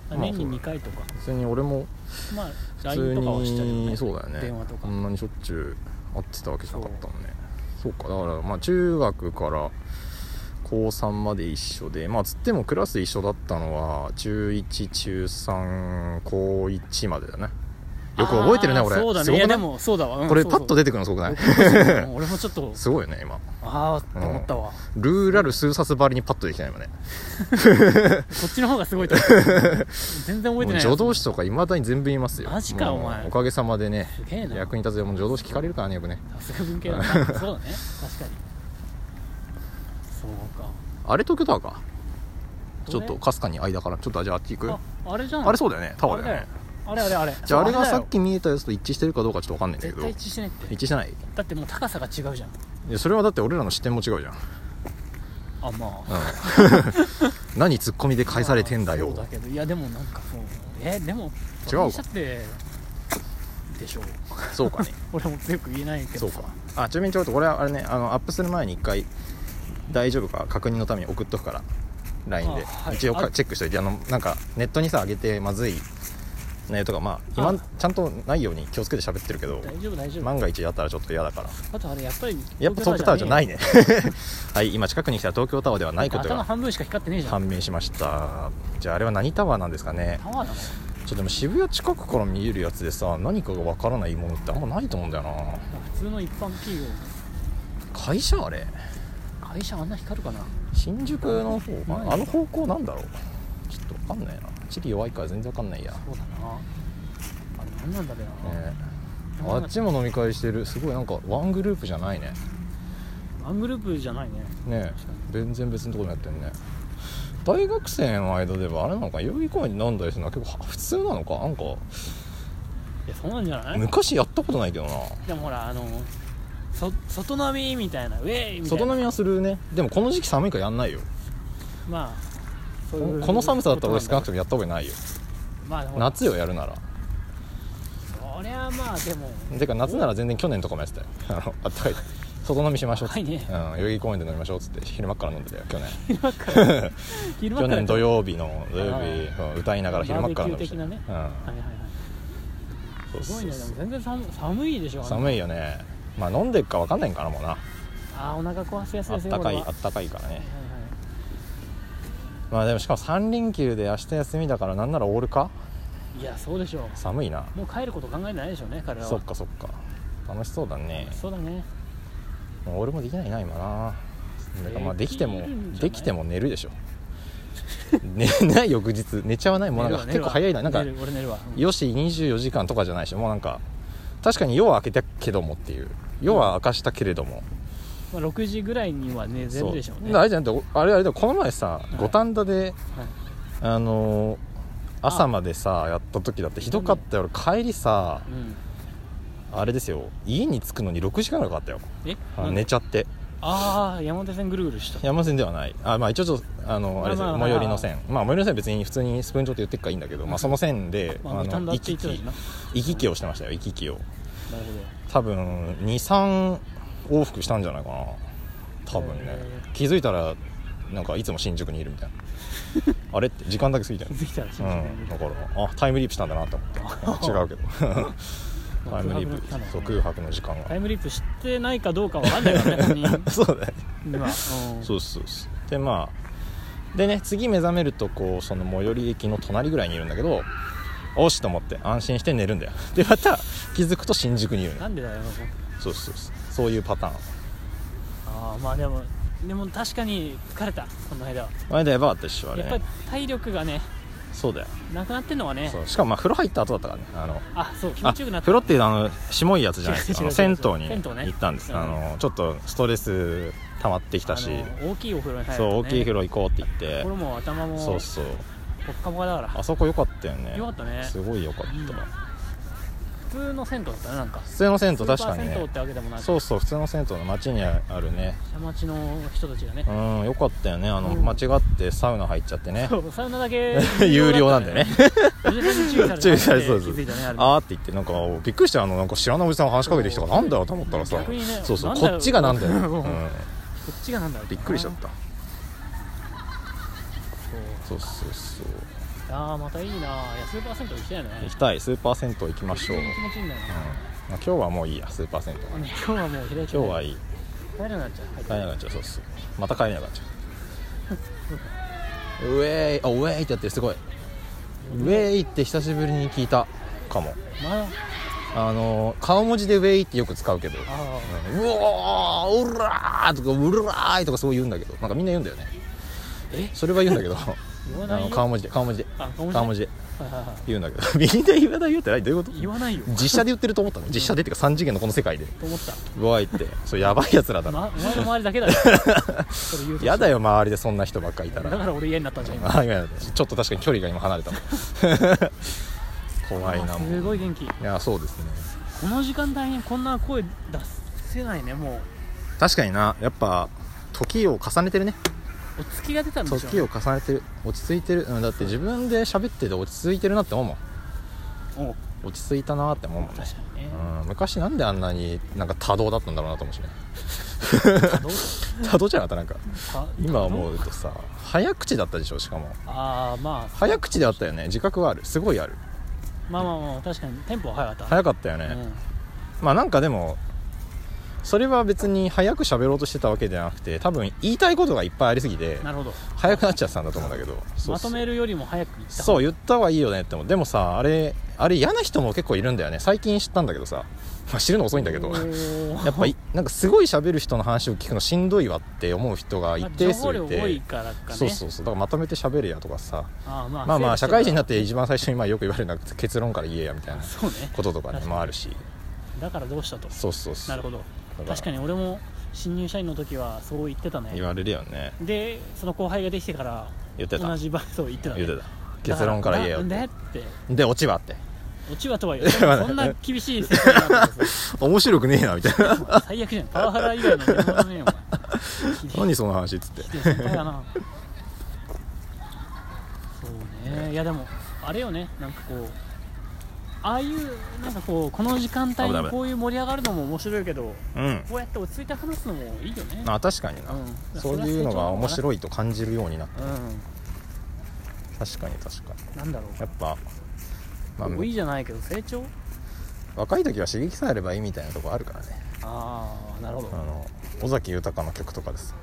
Speaker 1: まあ
Speaker 2: 年に
Speaker 1: そうだ
Speaker 2: 2回とか
Speaker 1: 普通に俺も
Speaker 2: まあ
Speaker 1: 普
Speaker 2: LINE
Speaker 1: 通
Speaker 2: とかはしたけど
Speaker 1: に
Speaker 2: ね
Speaker 1: そうだよね
Speaker 2: 電話とか
Speaker 1: そんなにしょっちゅう会ってたわけじゃなかったもんねそうかだからまあ中学から高3まで一緒でまあつってもクラス一緒だったのは中1中3高1までだねよく覚えてるね
Speaker 2: あー
Speaker 1: 俺
Speaker 2: そうだ
Speaker 1: す
Speaker 2: ね
Speaker 1: ご
Speaker 2: いや
Speaker 1: くな
Speaker 2: で
Speaker 1: い
Speaker 2: もそうだわ、うん
Speaker 1: これ
Speaker 2: そう
Speaker 1: パ
Speaker 2: そう
Speaker 1: ッと出てくるのすごくない
Speaker 2: 俺もちょっと
Speaker 1: [LAUGHS] すごいよね今
Speaker 2: ああ思ったわ、こ
Speaker 1: ルーラル数冊ばりにパッとできてないもんね
Speaker 2: っちの方がすごいと思う全然覚えて
Speaker 1: もう
Speaker 2: ない
Speaker 1: 助動詞とかいまだに全部言いますよ
Speaker 2: マジか
Speaker 1: もう
Speaker 2: お前
Speaker 1: おかげさまでね
Speaker 2: すげえな
Speaker 1: 役に立つよもう助動詞聞かれるからねよくね
Speaker 2: さすが文系だなそうだね確かにそうか
Speaker 1: あれ東京タワーかち
Speaker 2: ど
Speaker 1: ょ
Speaker 2: れ
Speaker 1: っとかすかに間からちょっとじゃああっち行く
Speaker 2: ああれじゃん
Speaker 1: あれそうだよねタワーだよね
Speaker 2: あれあれあれ
Speaker 1: じゃああれ
Speaker 2: そう
Speaker 1: が
Speaker 2: だ
Speaker 1: さ
Speaker 2: よ
Speaker 1: っき見えたやつと一致してるかどうかちょっと分かんないんだけ
Speaker 2: 絶
Speaker 1: ど
Speaker 2: 対一
Speaker 1: 一
Speaker 2: 致しないって
Speaker 1: 致してない
Speaker 2: だってもう高さが違うじゃん
Speaker 1: いやそれはだって俺らの視点も違うじゃん
Speaker 2: あまあ
Speaker 1: 何ツッコミで返されてんだよ
Speaker 2: そうだけどいやでもなんかもうえでも
Speaker 1: 違うか
Speaker 2: 私だってでしょう
Speaker 1: そうかね
Speaker 2: 俺も強く言えないけ
Speaker 1: そ
Speaker 2: ど
Speaker 1: うかあちなみにちょっとこれはあれねあのアップする前に一回大丈夫か確認のために送っとくから LINE で
Speaker 2: あはい
Speaker 1: 一応
Speaker 2: あ
Speaker 1: かチェックしといてあのなんかネットにさ上げてまずい内容とかまあ今
Speaker 2: あ
Speaker 1: ちゃんとないように気をつけて喋ってるけど
Speaker 2: 大丈夫大丈夫
Speaker 1: 万が一あったらちょっと嫌だから
Speaker 2: あとあれやっぱり
Speaker 1: やっぱ東京タワーじゃない
Speaker 2: ね
Speaker 1: ね [LAUGHS] はい今近くに来た東京タワーではないこと
Speaker 2: 頭
Speaker 1: が
Speaker 2: 半分しか光ってねえじゃん
Speaker 1: 判明しましたじゃああれは何タワーなんですかね
Speaker 2: タワーなの
Speaker 1: ちょっとでも渋谷近くから見えるやつでさ何かがわからないものってあんまないと思うんだよな
Speaker 2: 普通の一般企業
Speaker 1: 会社あれ
Speaker 2: 会社あんな光るかな
Speaker 1: 新宿の方かなあの方向なんだろうちょっとわかんないな地理弱いから全然わかんないや、
Speaker 2: そうだなあれ何なんだべな、
Speaker 1: ねあっちも飲み会してるすごいなんかワングループじゃないね
Speaker 2: ワングループじゃないね
Speaker 1: ね全然別のところでやってるね大学生の間ではあれなのか代々木公園に飲んだりするのは結構普通なのかなんか
Speaker 2: いやそうなんじゃない
Speaker 1: 昔やったことないけどな
Speaker 2: でもほらあのそ外飲みみたいなウェイみたいな
Speaker 1: 外飲みはするねでもこの時期寒いからやんないよ
Speaker 2: まあそ
Speaker 1: こ
Speaker 2: ういう
Speaker 1: のこの寒さだったら俺少なくと
Speaker 2: こ
Speaker 1: もやった方がないよ
Speaker 2: となんだけどまあでも
Speaker 1: 夏よやるなら
Speaker 2: そりゃまあでも
Speaker 1: てか夏なら全然去年とかもやってたよあ
Speaker 2: [LAUGHS]
Speaker 1: のあったかい外飲みしましょうっつって、
Speaker 2: はいね
Speaker 1: うん、代々木公園で飲みましょうっつって昼間から飲んでたよ去年
Speaker 2: 昼間
Speaker 1: 去
Speaker 2: から
Speaker 1: 年土曜日の土曜
Speaker 2: あ
Speaker 1: 日、うん歌いながら昼間から飲みました、
Speaker 2: バーベキュー的な
Speaker 1: うん
Speaker 2: はいはいはいすごいねでも全然寒寒いでしょ
Speaker 1: 寒
Speaker 2: い
Speaker 1: いよねまあ飲んでるか分かんないんかなもうな
Speaker 2: あーお腹壊すやつ
Speaker 1: あ
Speaker 2: で
Speaker 1: っ
Speaker 2: すね
Speaker 1: たかい
Speaker 2: これは
Speaker 1: あったかいからね
Speaker 2: はいはい
Speaker 1: まあでもしかも3連休で明日休みだからなんならオールか
Speaker 2: いやそうでしょ
Speaker 1: 寒いな
Speaker 2: うもう帰ること考えてないでしょうね彼らは
Speaker 1: そっかそっか楽しそうだね
Speaker 2: そうだね
Speaker 1: もう俺もできないな今ななんかまあで
Speaker 2: で
Speaker 1: き
Speaker 2: き
Speaker 1: て
Speaker 2: るんじ
Speaker 1: も
Speaker 2: ゃない
Speaker 1: できても寝るでしょ [LAUGHS] 寝ない翌日寝ちゃわないもうなんか
Speaker 2: 寝
Speaker 1: 結
Speaker 2: るわ
Speaker 1: 構早いななんか
Speaker 2: 寝るわ寝る俺寝るわうん
Speaker 1: よし24時間とかじゃないしもうなんか確かに夜は明けたけどもっていう夜は明かしたけれども、
Speaker 2: まあ、6時ぐらいには寝て
Speaker 1: そう
Speaker 2: るでしょうね
Speaker 1: あれじゃなくてあれあれだこの前さ
Speaker 2: い
Speaker 1: 五反田で
Speaker 2: はい
Speaker 1: あのー朝までさやった時だってひどかったよ俺帰りさ
Speaker 2: うん、
Speaker 1: あれですよ家に着くのに6時間ぐらいかかったよ
Speaker 2: え
Speaker 1: あ
Speaker 2: なんで
Speaker 1: 寝ちゃって
Speaker 2: ああ山手線ぐるぐるした
Speaker 1: 山線ではないあまあ一応ちょっとあの
Speaker 2: まあ
Speaker 1: あれですよ
Speaker 2: まあ
Speaker 1: 最寄りの線まあ最寄りの線は別に普通にスプーン状って言ってっからいいんだけどまあその線で
Speaker 2: まあ
Speaker 1: あ
Speaker 2: 五反田
Speaker 1: の
Speaker 2: っ
Speaker 1: 行
Speaker 2: て言
Speaker 1: き
Speaker 2: っ
Speaker 1: 来
Speaker 2: てたしな
Speaker 1: 行き来をしてましたよ行き来を
Speaker 2: なるほど
Speaker 1: 多分23往復したんじゃないかな多分ね
Speaker 2: へ
Speaker 1: 気づいたらなんかいつも新宿にいるみたい [LAUGHS] なあれって時間だけ過ぎたよ
Speaker 2: できたらしいです
Speaker 1: うん、
Speaker 2: ね
Speaker 1: だからあタイムリープしたんだなと思 [LAUGHS] って違うけど [LAUGHS] タイムリープそう空白の時間
Speaker 2: タ
Speaker 1: が
Speaker 2: イムリープしてないかどうかわかんないからね本
Speaker 1: [LAUGHS] そうだね
Speaker 2: 人には、うん、
Speaker 1: そうそうそうでまあでね次目覚めるとこうその最寄り駅の隣ぐらいにいるんだけどおしと思って安心して寝るんだよ [LAUGHS] でまた気づくと新宿にいるの
Speaker 2: なんでだよ
Speaker 1: そうそうそうそういうパターン
Speaker 2: ああまあでもでも確かに疲れたこの間は
Speaker 1: 前でやばかったっしょあれ
Speaker 2: やっぱり体力がね
Speaker 1: そうだよ
Speaker 2: なくなってんのはね
Speaker 1: そうしかもまあ風呂入った後だったからねあの
Speaker 2: あそう気
Speaker 1: あ
Speaker 2: 持ちよくなった
Speaker 1: 風呂っていうのはあのしもいやつじゃないです
Speaker 2: 違
Speaker 1: か
Speaker 2: う違う違う
Speaker 1: 銭湯に
Speaker 2: 銭湯ね
Speaker 1: 行ったんです、
Speaker 2: うん
Speaker 1: あのちょっとストレス溜まってきたし、
Speaker 2: あの大きいお風呂に入る
Speaker 1: そう
Speaker 2: とね
Speaker 1: 大きい風呂行こうって言って
Speaker 2: 心も頭も
Speaker 1: そうそう
Speaker 2: ポッカポカだから
Speaker 1: あそこ良かったよね
Speaker 2: よかったね
Speaker 1: すごい良かった、
Speaker 2: うん普通の銭湯だったねなんか
Speaker 1: 普通の銭湯確かに
Speaker 2: スーパー銭湯
Speaker 1: ね
Speaker 2: ってわけでもなく
Speaker 1: そうそう普通の銭湯の街にあるね
Speaker 2: 下町の人たちがね
Speaker 1: うん良かったよねあの、
Speaker 2: うん
Speaker 1: 間違ってサウナ入っちゃってね
Speaker 2: [LAUGHS] そうサウナだけ
Speaker 1: [LAUGHS] 有料なんで
Speaker 2: [LAUGHS]
Speaker 1: ね
Speaker 2: おじさんに注意されたっ
Speaker 1: [LAUGHS]
Speaker 2: て
Speaker 1: 注意されそう
Speaker 2: 気
Speaker 1: そう
Speaker 2: づいたねあ
Speaker 1: [LAUGHS]
Speaker 2: れ
Speaker 1: あーって言ってなんかびっくりしたあのなんか知らないおじさんが話しかけてきたからなんだよと思ったらさ、
Speaker 2: 逆にね
Speaker 1: そうそう
Speaker 2: なんだ
Speaker 1: こ
Speaker 2: よ
Speaker 1: っちがなんだよ、
Speaker 2: [LAUGHS] う
Speaker 1: うん
Speaker 2: ん、こっちがなんだろう
Speaker 1: びっくりしちゃった
Speaker 2: そう
Speaker 1: そうそうそう
Speaker 2: ああまたいいなぁいやスーパー銭湯行きたいよね
Speaker 1: 行きたいスーパー銭湯行きましょう、うん
Speaker 2: 一番気持ちいいんだよな、
Speaker 1: まあ、今日はもういいやスーパー銭湯は
Speaker 2: 今日はもう開いてない
Speaker 1: 今日はいい
Speaker 2: 帰れなくなっちゃう
Speaker 1: 帰れなかったそうそうまた帰れなかった
Speaker 2: [LAUGHS]
Speaker 1: ウェーイあウェーイってやってるすごいウェーイって久しぶりに聞いたかも
Speaker 2: まだ
Speaker 1: あの顔文字でウェイってよく使うけど
Speaker 2: あ
Speaker 1: うんうおーうらーとかうらーいとかそう言うんだけどなんかみんな言うんだよね
Speaker 2: え
Speaker 1: それは言うんだけど
Speaker 2: あ言わ
Speaker 1: あ
Speaker 2: ない
Speaker 1: の
Speaker 2: よ
Speaker 1: 顔文字で顔文字で
Speaker 2: あ顔文字ね
Speaker 1: 顔文字で
Speaker 2: はいはいは
Speaker 1: 言うんだけど [LAUGHS] みんな言わないよってないどういうこと
Speaker 2: い言わないよ
Speaker 1: 実写で言ってると思ったの実写でっていうか3次元のこの世界で
Speaker 2: と思った
Speaker 1: うわーいってそれやばいやつらだな
Speaker 2: ま、お前の周り
Speaker 1: [LAUGHS]
Speaker 2: だけだよそれ言うと
Speaker 1: やだよ周りでそんな人ばっかいた
Speaker 2: だ
Speaker 1: ら
Speaker 2: から俺嫌になったんじゃん今
Speaker 1: あいやいやちょっと確かに距離が今離れ
Speaker 2: [LAUGHS]
Speaker 1: たもん怖いな
Speaker 2: あ
Speaker 1: もう
Speaker 2: すごい元気
Speaker 1: いやそうですね
Speaker 2: この時間帯にこんな声出せないねも
Speaker 1: 確かになやっぱ時を重ねてるね
Speaker 2: うお月が出たんでしょう
Speaker 1: 時
Speaker 2: ね
Speaker 1: を重ねてる落ち着いてる、うん、だって自分で喋ってて落ち着いてるなって思うも
Speaker 2: おうん
Speaker 1: 落ち着いたなって思うもんね
Speaker 2: 確かにね
Speaker 1: うん、昔なんであんなになんか多動だったんだろうなと思うしね
Speaker 2: どう
Speaker 1: [LAUGHS] 多動じゃなかったなんか
Speaker 2: か
Speaker 1: 今思うとさ早口だったでしょしかも
Speaker 2: ああまあ
Speaker 1: 早口であったよね自覚はあるすごいある
Speaker 2: まあまあまあ確かにテンポは早かった
Speaker 1: 早かったよね、
Speaker 2: うん
Speaker 1: まあなんかでもそれは別に早く喋ろうとしてたわけじゃなくて多分言いたいことがいっぱいありすぎて
Speaker 2: なるほど
Speaker 1: 早くなっちゃってたんだと思うんだけどそう
Speaker 2: まとめるよりも早く言った
Speaker 1: そう
Speaker 2: う
Speaker 1: 言った方がいいよねってもでもさあれあれ嫌な人も結構いるんだよね最近知ったんだけどさ、まあ、知るの遅いんだけど [LAUGHS] やっぱいなんかすごい喋る人の話を聞くのしんどいわって思う人が一定数い
Speaker 2: 情報量
Speaker 1: て、
Speaker 2: 多いからかね
Speaker 1: そうそうそうだからまとめて喋れやとかさ
Speaker 2: あーまあ
Speaker 1: まあまあ社会人になってて一番最初にまあよく言われるのは結論から言えやみたいな
Speaker 2: そうね
Speaker 1: こと
Speaker 2: [LAUGHS]
Speaker 1: とかね
Speaker 2: 確かに
Speaker 1: まああるし
Speaker 2: だからどうしたと
Speaker 1: そうそうそう
Speaker 2: なるほど
Speaker 1: だら
Speaker 2: 確かに俺も新入社員の時はそう言ってたね
Speaker 1: 言われるよね
Speaker 2: でその後輩ができてから
Speaker 1: 言ってた
Speaker 2: 同じバイトを言ってたね
Speaker 1: 言ってた結論から言えよ
Speaker 2: だ
Speaker 1: って
Speaker 2: らなんでって
Speaker 1: で落ち葉って
Speaker 2: オチはと
Speaker 1: [LAUGHS]
Speaker 2: は言ってそんな厳しい世界なんだけどさ
Speaker 1: 面白くねえなみたいな [LAUGHS]
Speaker 2: 最悪じゃんパワハラ以外の何もねえよお前ひでえ
Speaker 1: 何その話っつって
Speaker 2: ひでえ先輩だなそうねいやでもあれよねなんかこうああいうなんかこうこの時間帯
Speaker 1: 危ない危な
Speaker 2: に
Speaker 1: い
Speaker 2: こういう盛り上がるのも面白いけど
Speaker 1: うん
Speaker 2: こうやって落ち着いて話すのもいいよね
Speaker 1: あ確かにな、
Speaker 2: うん
Speaker 1: そういうのが面
Speaker 2: い
Speaker 1: 白いと感じるようになっ
Speaker 2: う
Speaker 1: た確かに確かに
Speaker 2: んなんだろう
Speaker 1: やっぱ、まあ、
Speaker 2: 老いじゃないけど成長
Speaker 1: 若い時は刺激さえあればいいみたいなとこあるからね
Speaker 2: ああなるほど
Speaker 1: あの尾崎豊の曲とかです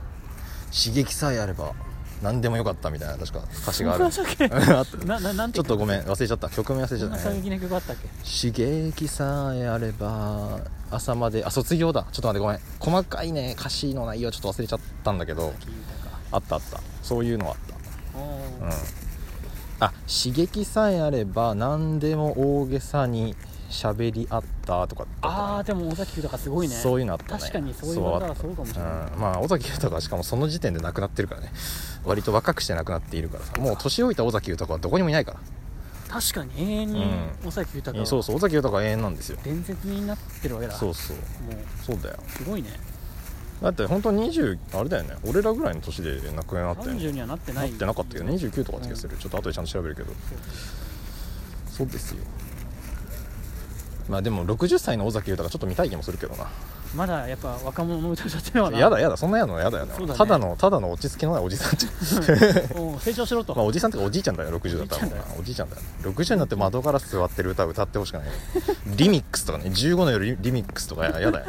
Speaker 1: 刺激さえあれば何でもよかったみたいな確か歌詞がある
Speaker 2: そうでしたっけ
Speaker 1: [LAUGHS] あった
Speaker 2: なななんて
Speaker 1: ちょっとごめん忘れちゃった曲名忘れちゃ
Speaker 2: そん
Speaker 1: っ
Speaker 2: な
Speaker 1: た
Speaker 2: 衝撃な曲あったっけ
Speaker 1: 刺激さえあれば朝まであ卒業だちょっと待ってごめん細かいね歌詞の内容ちょっと忘れちゃったんだけど
Speaker 2: 聞いたか
Speaker 1: あったあったそういうのはあったう
Speaker 2: おー
Speaker 1: ん、あ刺激さえあれば何でも大げさに喋り合ったとかってった
Speaker 2: ああ
Speaker 1: か
Speaker 2: でも尾崎豊す
Speaker 1: な
Speaker 2: ごいね
Speaker 1: そういうのあったね
Speaker 2: 確かにそう言われたらそうかもしれない
Speaker 1: あったうん、まあ尾崎豊はしかもその時点で亡くなってるからね割と若くして亡くなっているからさもう年老いた尾崎豊はどこにもいないか
Speaker 2: 確かに永遠に尾崎
Speaker 1: ら、
Speaker 2: 豊
Speaker 1: えー
Speaker 2: が
Speaker 1: そうそう尾崎豊は永遠なんですよ
Speaker 2: 伝説になってるわけだ
Speaker 1: そう
Speaker 2: も
Speaker 1: そう
Speaker 2: う
Speaker 1: そうだよ
Speaker 2: すごいね
Speaker 1: だって本当に20あれだよね俺らぐらいの年で亡くなったよね
Speaker 2: 30にはなってな
Speaker 1: ないってなかったけど29とかって気がする、ちょっと後でちゃんと調べるけどそうですよまあでも60歳の尾崎豊がちょっと見たい気もするけどな
Speaker 2: まだやっぱ若者の歌歌ってるわな
Speaker 1: やだやだそんなやのやだよね
Speaker 2: そうだね
Speaker 1: ただのただの落ち着きのないおじさんじゃん
Speaker 2: おう成長しろと、
Speaker 1: [LAUGHS] まあおじさんとかおじいちゃんだよ60だったらなおじいちゃんだよ60になって窓ガラス割ってる歌歌ってほしくないよリミックスとかね15の夜リリミックスとかややだよ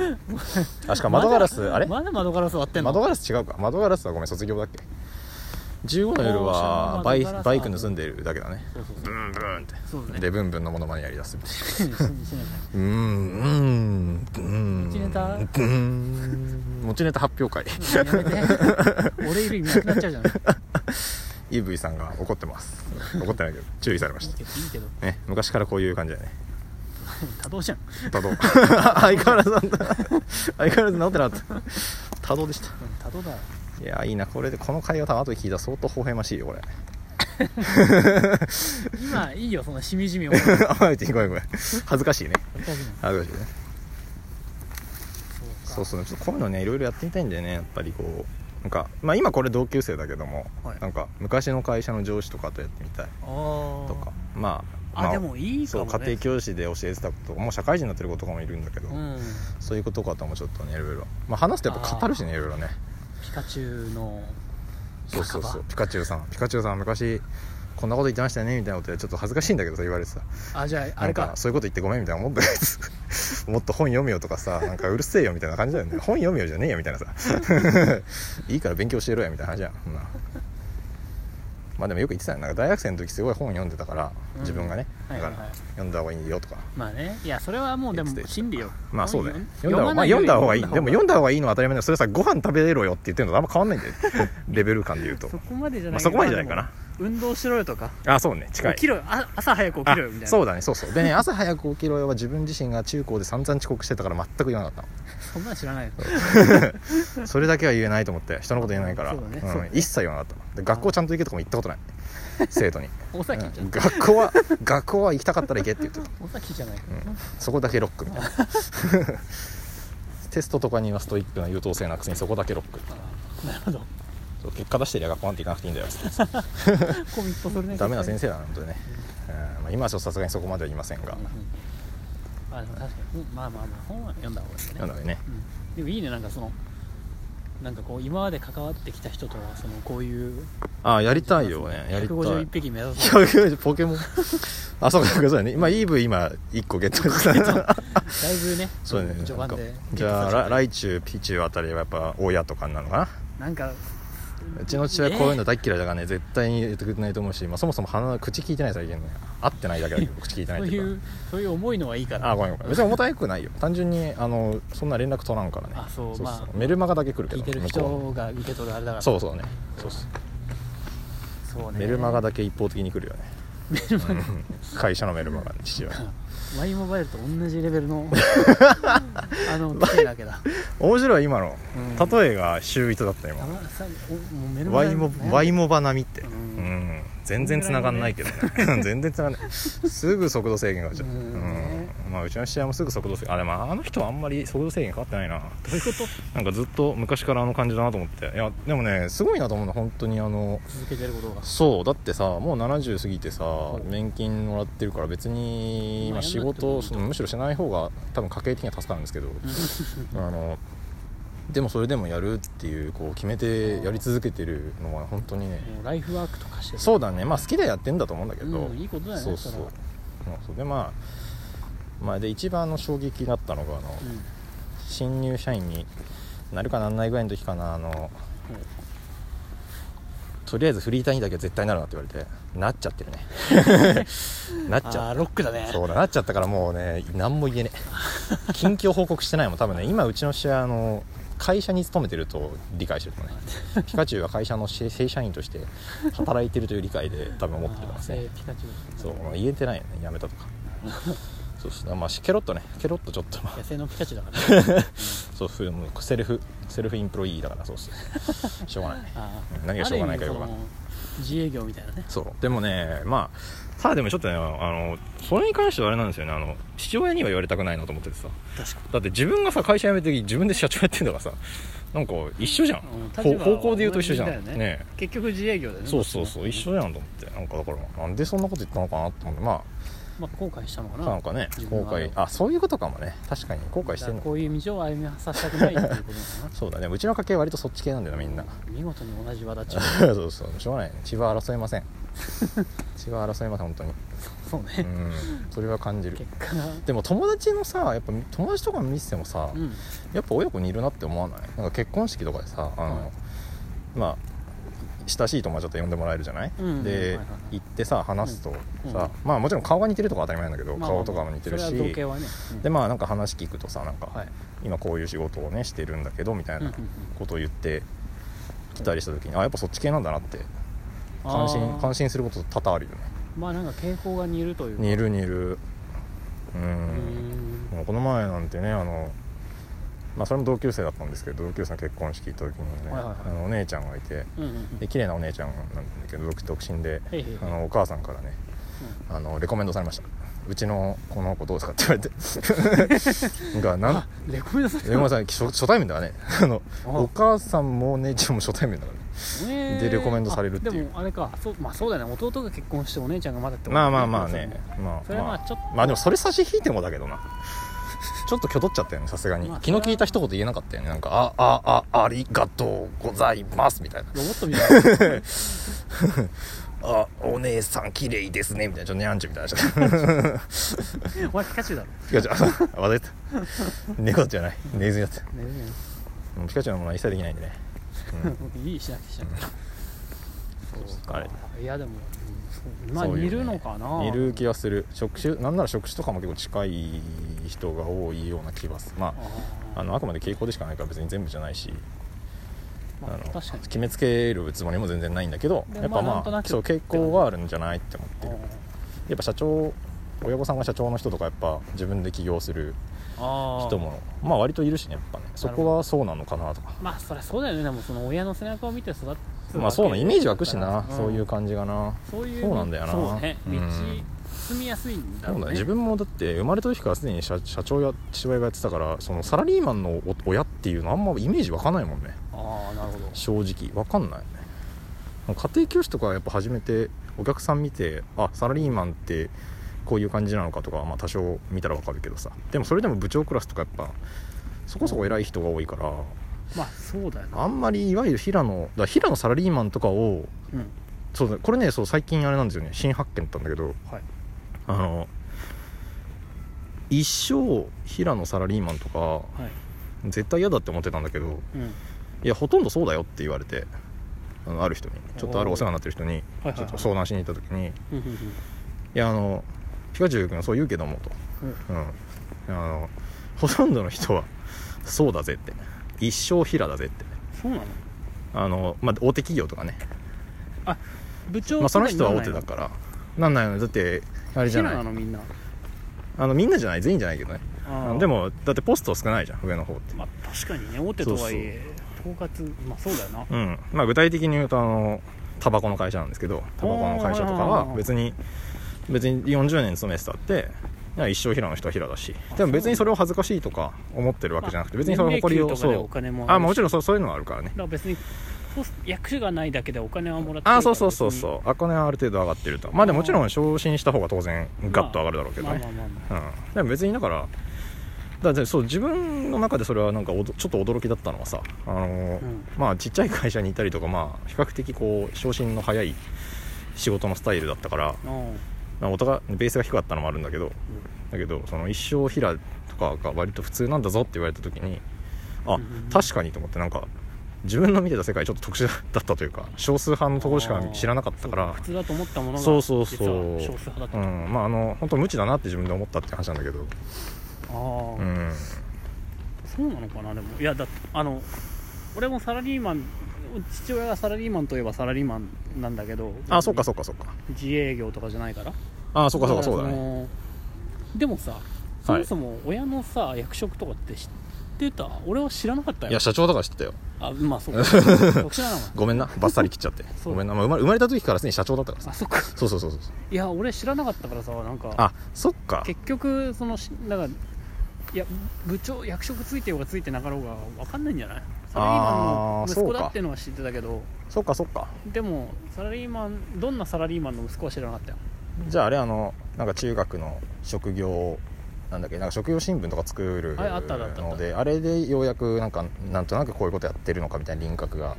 Speaker 1: あしかも窓ガラスあれ
Speaker 2: まだ窓ガラス割ってんの
Speaker 1: 窓ガラス違うか窓ガラスはごめん卒業だっけ15の夜はバイ
Speaker 2: おー
Speaker 1: バイク盗んでるだけだね
Speaker 2: そうそう
Speaker 1: ブンブンって
Speaker 2: そう [LAUGHS] そうだね
Speaker 1: でブンブンのものまねやりだす
Speaker 2: 1
Speaker 1: うーんうーん
Speaker 2: 持ちネタ
Speaker 1: うーん持ちネタ発表会
Speaker 2: やめて俺いる意味なくなっちゃうじ
Speaker 1: [LAUGHS]
Speaker 2: ゃんい
Speaker 1: イーブイさんが怒ってます怒ってないけど注意されまし
Speaker 2: いけど
Speaker 1: たね昔からこういう感じだね
Speaker 2: 多動じゃん
Speaker 1: 多動相変わらずなんだ相変わらず治ってなかった多動でした
Speaker 2: うん多動だ
Speaker 1: いやいいなこれでこの会話多分後で聞いたら相当微笑ましいよこれ [LAUGHS]
Speaker 2: 今いいよそのしみじみ
Speaker 1: [LAUGHS]
Speaker 2: 思う
Speaker 1: あごめんごめん恥ずかしいね恥ずかしいね
Speaker 2: そ
Speaker 1: そううそ
Speaker 2: か
Speaker 1: うちょっとこういうのねいろいろやってみたいんだよねやっぱりこうなんか、まあ、今これ同級生だけども、
Speaker 2: はい
Speaker 1: なんか昔の会社の上司とかとやってみたい
Speaker 2: あー
Speaker 1: とかまあ
Speaker 2: あ
Speaker 1: ま
Speaker 2: でもいいか
Speaker 1: そ
Speaker 2: も
Speaker 1: う
Speaker 2: ね
Speaker 1: 家庭教師で教えてたこともう社会人になってる子とかもいるんだけど、
Speaker 2: うん
Speaker 1: そういうことかともちょっとねいろいろ、まあ、話すとやっぱ語るしねいろいろね
Speaker 2: ピカチュウの
Speaker 1: そうそうそうピカチュウさんピカチュウさん昔こんなこと言ってましたよねみたいなことでちょっと恥ずかしいんだけどさ言われてさ
Speaker 2: あじゃああれ
Speaker 1: なん
Speaker 2: か
Speaker 1: そういうこと言ってごめんみたいな思ったやつ [LAUGHS] もっと本読めよとかさなんかうるせえよみたいな感じだよね本読めよじゃねえよみたいなさ [LAUGHS] いいから勉強してろやみたいな話じゃんそんなまあでもよく言ってたよなんか大学生の時すごい本読んでたから
Speaker 2: うん
Speaker 1: 自分がね、
Speaker 2: はいはいはい
Speaker 1: だから読んだ方がいいよとか
Speaker 2: まあねいやそれはもうでも
Speaker 1: 言ってた
Speaker 2: 真理よ
Speaker 1: まあそうだよ読
Speaker 2: 読
Speaker 1: んだ方,、ま
Speaker 2: まな
Speaker 1: あ、
Speaker 2: いよ
Speaker 1: 読ん
Speaker 2: り
Speaker 1: だ方がいいでも読ん
Speaker 2: だ
Speaker 1: だ方がいいのは当たり前だけどそれさご飯食べろよって言ってるのとあんま変わんないん
Speaker 2: [LAUGHS]
Speaker 1: だよレベル感で言うと
Speaker 2: そこまでじゃ
Speaker 1: ま
Speaker 2: な
Speaker 1: あ
Speaker 2: い
Speaker 1: そこまでじゃないかな
Speaker 2: でも運動しろよとか
Speaker 1: あそうね近い
Speaker 2: 起きろよあ朝早く起きろよみたいな
Speaker 1: あそうだねそうそうでね朝早く起きろよは自分自身が中高で散々遅刻してたから全く言わなかった
Speaker 2: そんなん知らないの
Speaker 1: それだけは言えないと思って人のこと言えないから
Speaker 2: そうだね
Speaker 1: ん
Speaker 2: そうね
Speaker 1: 一切言わなかったで学校ちゃんと行けとかも行った
Speaker 2: [LAUGHS]
Speaker 1: ことない生徒に、
Speaker 2: 尾崎じゃ
Speaker 1: うんん学校は学校は行きたかったら行けって言ってた
Speaker 2: 尾崎じゃない
Speaker 1: そこだけロックみ
Speaker 2: [LAUGHS]
Speaker 1: たいなテストとかにはストイックな優等生なくせにそこだけロック
Speaker 2: なるほど
Speaker 1: そう結果出してりゃ学校なんて行かなくていいんだよ
Speaker 2: コミットそれね
Speaker 1: ダメな先生
Speaker 2: 生
Speaker 1: だな本当にね、うんまあ、今はちょっとさすがにそこまでは言いませんが、
Speaker 2: あでも確かにうんまあまあまあ本は読んだ方がいいよね
Speaker 1: なのでね
Speaker 2: うんでもいいねなんかそのなんかこう今まで関わってきた人とはそのこういう
Speaker 1: ああやりたいよねやりたい
Speaker 2: 151匹目指そう
Speaker 1: 150ポケモンあそうかそうかそうだね今イーブ今1個ゲットした
Speaker 2: だいぶね
Speaker 1: そうだね
Speaker 2: 序
Speaker 1: なん
Speaker 2: 盤
Speaker 1: か
Speaker 2: で
Speaker 1: じゃあら来
Speaker 2: イ
Speaker 1: 中ピチューあたりはやっぱ親とかなのかな
Speaker 2: なんか
Speaker 1: うちの父親こういうの大っ嫌いだからね絶対に言ってくれないと思うし、まあ、そもそも鼻の口聞いてない最近ね合ってないだけだけど口聞いてない
Speaker 2: そ
Speaker 1: っ
Speaker 2: う
Speaker 1: て
Speaker 2: い
Speaker 1: いう
Speaker 2: うそういう重いのはいいか
Speaker 1: からあごめんごめん別に重たくないよ単純にあのそんな連絡取らんからね
Speaker 2: あそうまあ
Speaker 1: メルマガだけ来るけ
Speaker 2: 聞
Speaker 1: ど
Speaker 2: いてる
Speaker 1: 向こ
Speaker 2: 人が受け取るあれだか
Speaker 1: う
Speaker 2: ら
Speaker 1: そうそうねそうそう
Speaker 2: そうね
Speaker 1: メルマガだけ一方的に来るよね
Speaker 2: メルマガ
Speaker 1: 会社のメル
Speaker 2: [LAUGHS]
Speaker 1: マガね父親
Speaker 2: ワイモバイルと同じレベ
Speaker 1: [LAUGHS]
Speaker 2: ルのあの来てるわけだ
Speaker 1: 面白い今の
Speaker 2: うん
Speaker 1: 例えが秀逸だった今
Speaker 2: あのさおもうメルマ
Speaker 1: ワ
Speaker 2: ガ
Speaker 1: イモ
Speaker 2: 悩んで
Speaker 1: ワイモバ並みって、
Speaker 2: う
Speaker 1: うんん全然繋がんないけどね [LAUGHS] 全然繋がんないすぐ速度制限がかかっちゃう、
Speaker 2: う
Speaker 1: うんんまあ、うちの試合もすぐ速度制限あでもあの人はあんまり速度制限かかってないな
Speaker 2: どういうこと
Speaker 1: なんかずっと昔からあの感じだなと思っていやでもねすごいなと思うの本当にあの
Speaker 2: 続けてることが
Speaker 1: そうだってさもう70過ぎてさ
Speaker 2: う
Speaker 1: 年金もらってるから別に
Speaker 2: まあ
Speaker 1: 今仕
Speaker 2: やん
Speaker 1: 事
Speaker 2: なくて
Speaker 1: そ
Speaker 2: も
Speaker 1: のむしろしない方が多分家計的には助かるんですけどあのでもそれでもやるっていうこう決めてやり続けてるのは本当にね
Speaker 2: もうライフワークとかしてる
Speaker 1: そうだねまあ好きでやってんだと思うんだけど、
Speaker 2: うんいいことだよね
Speaker 1: そうそう
Speaker 2: それは
Speaker 1: うんそうでまあまあ、で一番の衝撃だったのがあの、
Speaker 2: うん
Speaker 1: 新入社員になるかなんないぐらいの時かなあのとりあえずフリーターにだけは絶対なるなって言われてなっちゃって [LAUGHS] るねなっちゃ
Speaker 2: あ
Speaker 1: う
Speaker 2: ーロックだね
Speaker 1: そうだなっちゃったからもうね何も言えねえ近況報告してないもん多分ね今うちの試合あの会社に勤めてると理解してると思 [LAUGHS] うねピカチュウは会社の正正社員として働いてるという理解で多分思ってると思います
Speaker 2: あー
Speaker 1: ね
Speaker 2: えーピカチュウ
Speaker 1: そう言えてないよねやめた
Speaker 2: [LAUGHS]
Speaker 1: とかそうそうまあケロッとねケロッとちょっとまあ
Speaker 2: 野生のピカチュウだから、ね、
Speaker 1: そうそうもうセルフセルフインプロイーだからそうっ
Speaker 2: [LAUGHS]
Speaker 1: すしょうがない
Speaker 2: あ
Speaker 1: [LAUGHS]
Speaker 2: ー
Speaker 1: 何がしょうがないかよくわかんない
Speaker 2: ある意味その自営業みたいなね
Speaker 1: そうでもねまあただでもちょっとねあのそれに関してはあれなんですよねあの父親には言われたくないなと思っててさ
Speaker 2: 確か
Speaker 1: だって自分がさ会社辞めて自分で社長やってんだからさなんか一緒じゃん、
Speaker 2: うん
Speaker 1: ほ
Speaker 2: 立場は
Speaker 1: 方向で言うと一緒じゃん
Speaker 2: 同じだよ
Speaker 1: ね
Speaker 2: ね結局自営業だよね
Speaker 1: そうそうそう
Speaker 2: どっ
Speaker 1: 一
Speaker 2: ちも
Speaker 1: 緒じゃんと思ってなんかだからなんでそんなこと言ったのかなと思ってま
Speaker 2: まあ、後悔したのか
Speaker 1: あ
Speaker 2: な
Speaker 1: なんかね
Speaker 2: 自分
Speaker 1: 後
Speaker 2: の
Speaker 1: 悔あそういうことかもね確かに後悔してん
Speaker 2: だからこ
Speaker 1: の
Speaker 2: ういう道を歩みさせたくないっていうことなのか
Speaker 1: そうだねうちの家系割とそっち系なんだよ [LAUGHS] なみん
Speaker 2: [LAUGHS]
Speaker 1: な
Speaker 2: な見事に同じ輪立ち
Speaker 1: そうそうしょうがないね血は争いま
Speaker 2: [LAUGHS]
Speaker 1: せん血は争いません本当に
Speaker 2: そう
Speaker 1: う
Speaker 2: ね、
Speaker 1: んそれは感じる
Speaker 2: 結果が
Speaker 1: でも友達のさやっぱ友達とかの見せてもさ、
Speaker 2: うん
Speaker 1: やっぱ親子にいるなって思わないなんか結婚式とかでさあの、
Speaker 2: はい
Speaker 1: まあ親しい友達だと呼んでもらえるじゃない、
Speaker 2: うん
Speaker 1: で、
Speaker 2: はいはいはい
Speaker 1: 行ってさ話すと
Speaker 2: うん
Speaker 1: さ、まあもちろん顔が似てるとか当たり前なんだけど、
Speaker 2: まあ
Speaker 1: 顔とかも似てるし
Speaker 2: それは同系はね、うん
Speaker 1: でまあなんか話聞くとさなんか、
Speaker 2: はい
Speaker 1: 今こういう仕事をねしてるんだけどみたい
Speaker 2: うん
Speaker 1: な
Speaker 2: うんうん
Speaker 1: ことを言ってきたりした時に、あやっぱそっち系なんだなって感
Speaker 2: あ
Speaker 1: 心
Speaker 2: ー
Speaker 1: 感心すること多々あるよね
Speaker 2: まあなんか傾向が似るというか
Speaker 1: 似る似るう
Speaker 2: うー
Speaker 1: ん
Speaker 2: ん
Speaker 1: もうこの前なんてねあの、まあ、それも同級生だったんですけど同級生の結婚式行った時にね、
Speaker 2: はいはいはい
Speaker 1: あのお姉ちゃんがいて
Speaker 2: うんうんうん
Speaker 1: で綺麗なお姉ちゃんなんだけど独独身で、
Speaker 2: へいへい
Speaker 1: あのお母さんからねあのレコメンドされましたうちのこの子どうですかって言われて
Speaker 2: [LAUGHS]
Speaker 1: なんかなん
Speaker 2: あレコメンドされた
Speaker 1: レコメンドさん初初対面だからねあの
Speaker 2: あ
Speaker 1: お母さんもお姉ちゃんも初対面だからね
Speaker 2: ね
Speaker 1: でレコメンドされるっていう
Speaker 2: あでもあれかそう,、まあ、そうだよね弟が結婚してお姉ちゃんがまだってこと
Speaker 1: ま
Speaker 2: だ
Speaker 1: あ
Speaker 2: ね
Speaker 1: まあまあねまあ
Speaker 2: それはまあちょっと
Speaker 1: まあでもそれ差し引いてもだけどなちょっときょどっちゃったよねさすがに
Speaker 2: まあ
Speaker 1: 気の利いた一言言えなかったよねなんか「あああありがとうございます」みたいな
Speaker 2: ロボットみたいな
Speaker 1: 「あお姉さん綺麗ですね」みたいなちょっとニャンチュみたいなちょっ
Speaker 2: [LAUGHS] お前ピカチュウだろ
Speaker 1: とピカチュウあ忘れてた猫じゃないネズミだった
Speaker 2: ね [LAUGHS] えね
Speaker 1: もうピカチュウのものは一切できないんでね
Speaker 2: え僕いいしなくてしちゃうそう
Speaker 1: あれ
Speaker 2: いやでも、うんそうまあ
Speaker 1: そういうね
Speaker 2: 似るのかな
Speaker 1: 似る気がする職種なんなら職種とかも結構近い人が多いような気がするまあ
Speaker 2: あ
Speaker 1: あ
Speaker 2: あ
Speaker 1: のあくまで傾向でしかないから別に全部じゃないし
Speaker 2: ま
Speaker 1: あ
Speaker 2: あ
Speaker 1: の
Speaker 2: 確かに
Speaker 1: 決めつけるつもりも全然ないんだけど
Speaker 2: で
Speaker 1: やっぱ
Speaker 2: まあな
Speaker 1: ま
Speaker 2: んと
Speaker 1: あ、
Speaker 2: なく
Speaker 1: そう傾向はあるんじゃないって思ってる
Speaker 2: あ
Speaker 1: やっぱ社長親御さんが社長の人とかやっぱ自分で起業する
Speaker 2: あ
Speaker 1: 人もまあ割といるしねやっぱねそこはそうなのかなとか
Speaker 2: まあそりゃそうだよねでもその親の背中を見て育つわけ
Speaker 1: まあそうなイメージ湧くしな、
Speaker 2: ん
Speaker 1: そういう感じがな
Speaker 2: そういう
Speaker 1: そうなんだよな
Speaker 2: そうね道
Speaker 1: うん
Speaker 2: 進みやすいん
Speaker 1: そ
Speaker 2: だ
Speaker 1: う
Speaker 2: ろう
Speaker 1: だね
Speaker 2: ね
Speaker 1: 自分もだって生まれた時からすでに社社長や父親がやってたからそのサラリーマンのお親っていうのあんまイメージ湧かないもんね
Speaker 2: ああなるほど
Speaker 1: 正直わかんない家庭教師とかはやっぱ初めてお客さん見てあサラリーマンってこういう感じなのかとか、まあ、多少見たらわかるけどさでもそれでも部長クラスとかやっぱそこそこ偉い人が多いから
Speaker 2: まあそうだよな
Speaker 1: あんまりいわゆる平野だから平野サラリーマンとかを
Speaker 2: うん
Speaker 1: そうだこれねそう最近あれなんですよね新発見だったんだけど
Speaker 2: はい
Speaker 1: あの一生平野サラリーマンとか
Speaker 2: はい
Speaker 1: 絶対嫌だって思ってたんだけど
Speaker 2: うん
Speaker 1: いやほとんどそうだよって言われてあのある人にちょっとあるお世話になってる人に
Speaker 2: はいはいはい
Speaker 1: ちょっと相談しに行った時に「
Speaker 2: うんうんうん
Speaker 1: いやあのピカチュウ君はそう言うけども」と
Speaker 2: う
Speaker 1: 「
Speaker 2: ん
Speaker 1: うん、あのほとんどの人はそうだぜ」って「一生平だぜ」って
Speaker 2: そうなの
Speaker 1: あの、まあ、大手企業とかね、
Speaker 2: 部長
Speaker 1: まあ、その人は
Speaker 2: と
Speaker 1: 大
Speaker 2: か
Speaker 1: 手
Speaker 2: にな
Speaker 1: だ
Speaker 2: ら
Speaker 1: からなんないのだってあれじゃ
Speaker 2: ないの
Speaker 1: な
Speaker 2: 平野ないのみんな
Speaker 1: あのみんなじゃない全員じゃないけどね
Speaker 2: あー
Speaker 1: でもだってポスト少ないじゃん上の方って
Speaker 2: まあ確かにね大手とはいえ統括まあそうだよな
Speaker 1: うんまあ、具体的に言うとあのタバコの会社なんですけどタバコの会社とか
Speaker 2: あー
Speaker 1: は別に別に40年勤めてたっていや一生平の人は平だしでも別にそれを恥ずかしいとか思ってるわけじゃなくて別にその残り
Speaker 2: ま
Speaker 1: を
Speaker 2: あ年
Speaker 1: そ
Speaker 2: 齢給とかで
Speaker 1: う
Speaker 2: お金もあるし
Speaker 1: あもちろんそうそういうのはあるからね
Speaker 2: だから別にそうす役所がないだけでお金はもらってる
Speaker 1: あそうそうそう
Speaker 2: う
Speaker 1: そうあこねはある程度上がってるとまあでももちろん昇進した方が当然ガッと上がるだろうけど
Speaker 2: まあ
Speaker 1: ね
Speaker 2: まあまあまあ
Speaker 1: うん、でも別にだからだってそう自分の中でそれはなんかおどちょっと驚きだったのはさあのー、
Speaker 2: うん
Speaker 1: まあちっちゃい会社にいたりとかまあ比較的こう昇進の早い仕事のスタイルだったから、
Speaker 2: うん
Speaker 1: まあお互いベースが低かったのもあるんだけど、だけどその一生平とかが割と普通なんだぞって言われた時にあ
Speaker 2: うんうん
Speaker 1: 確かにと思ってなんか自分の見てた世界ちょっと特殊だったというか少数派のところしか知らなかったか
Speaker 2: そう
Speaker 1: ら
Speaker 2: 普通だと思ったものが
Speaker 1: そうそうそう
Speaker 2: 実は少数派だっ
Speaker 1: う
Speaker 2: た、
Speaker 1: んまああの本当無知だなって自分で思ったって話なんだけど
Speaker 2: あ
Speaker 1: う
Speaker 2: あ、
Speaker 1: ん
Speaker 2: そうなのかなでもいやだってあの俺もサラリーマン父親がサラリーマンといえばサラリーマンなんだけど
Speaker 1: あそうかそうかそうか
Speaker 2: 自営業とかじゃないから
Speaker 1: あそうかそうかそうだ
Speaker 2: から
Speaker 1: ね
Speaker 2: のでもさそもそも親のさ役職とかって知ってた俺は知らなかったよ
Speaker 1: いや社長だから知ってたよ
Speaker 2: あまあそう
Speaker 1: [LAUGHS]
Speaker 2: か特殊なのか
Speaker 1: ごめんなバッサリ切っちゃって
Speaker 2: [LAUGHS] そう
Speaker 1: ごめんな、まあ、生まれ生まれた時からすでに社長だったからさ
Speaker 2: あそっか
Speaker 1: そうそうそうそう
Speaker 2: いや俺知らなかったからさなんか
Speaker 1: あそっか
Speaker 2: 結局そのしなんかいや部長役職ついてようがついてなかろうが分かんないんじゃないサラリーマン
Speaker 1: あ
Speaker 2: の
Speaker 1: ー
Speaker 2: 息子
Speaker 1: そう
Speaker 2: だ
Speaker 1: か
Speaker 2: ってのは知ってたけど
Speaker 1: そっかそっか
Speaker 2: でもサラリーマンどんなサラリーマンの息子は知らなかったよ
Speaker 1: じゃああれあのなんか中学の職業なんだっけなんか職業新聞とか作る
Speaker 2: ああったあったあった
Speaker 1: のであれでようやくなんかなんとなくこういうことやってるのかみたいな輪郭が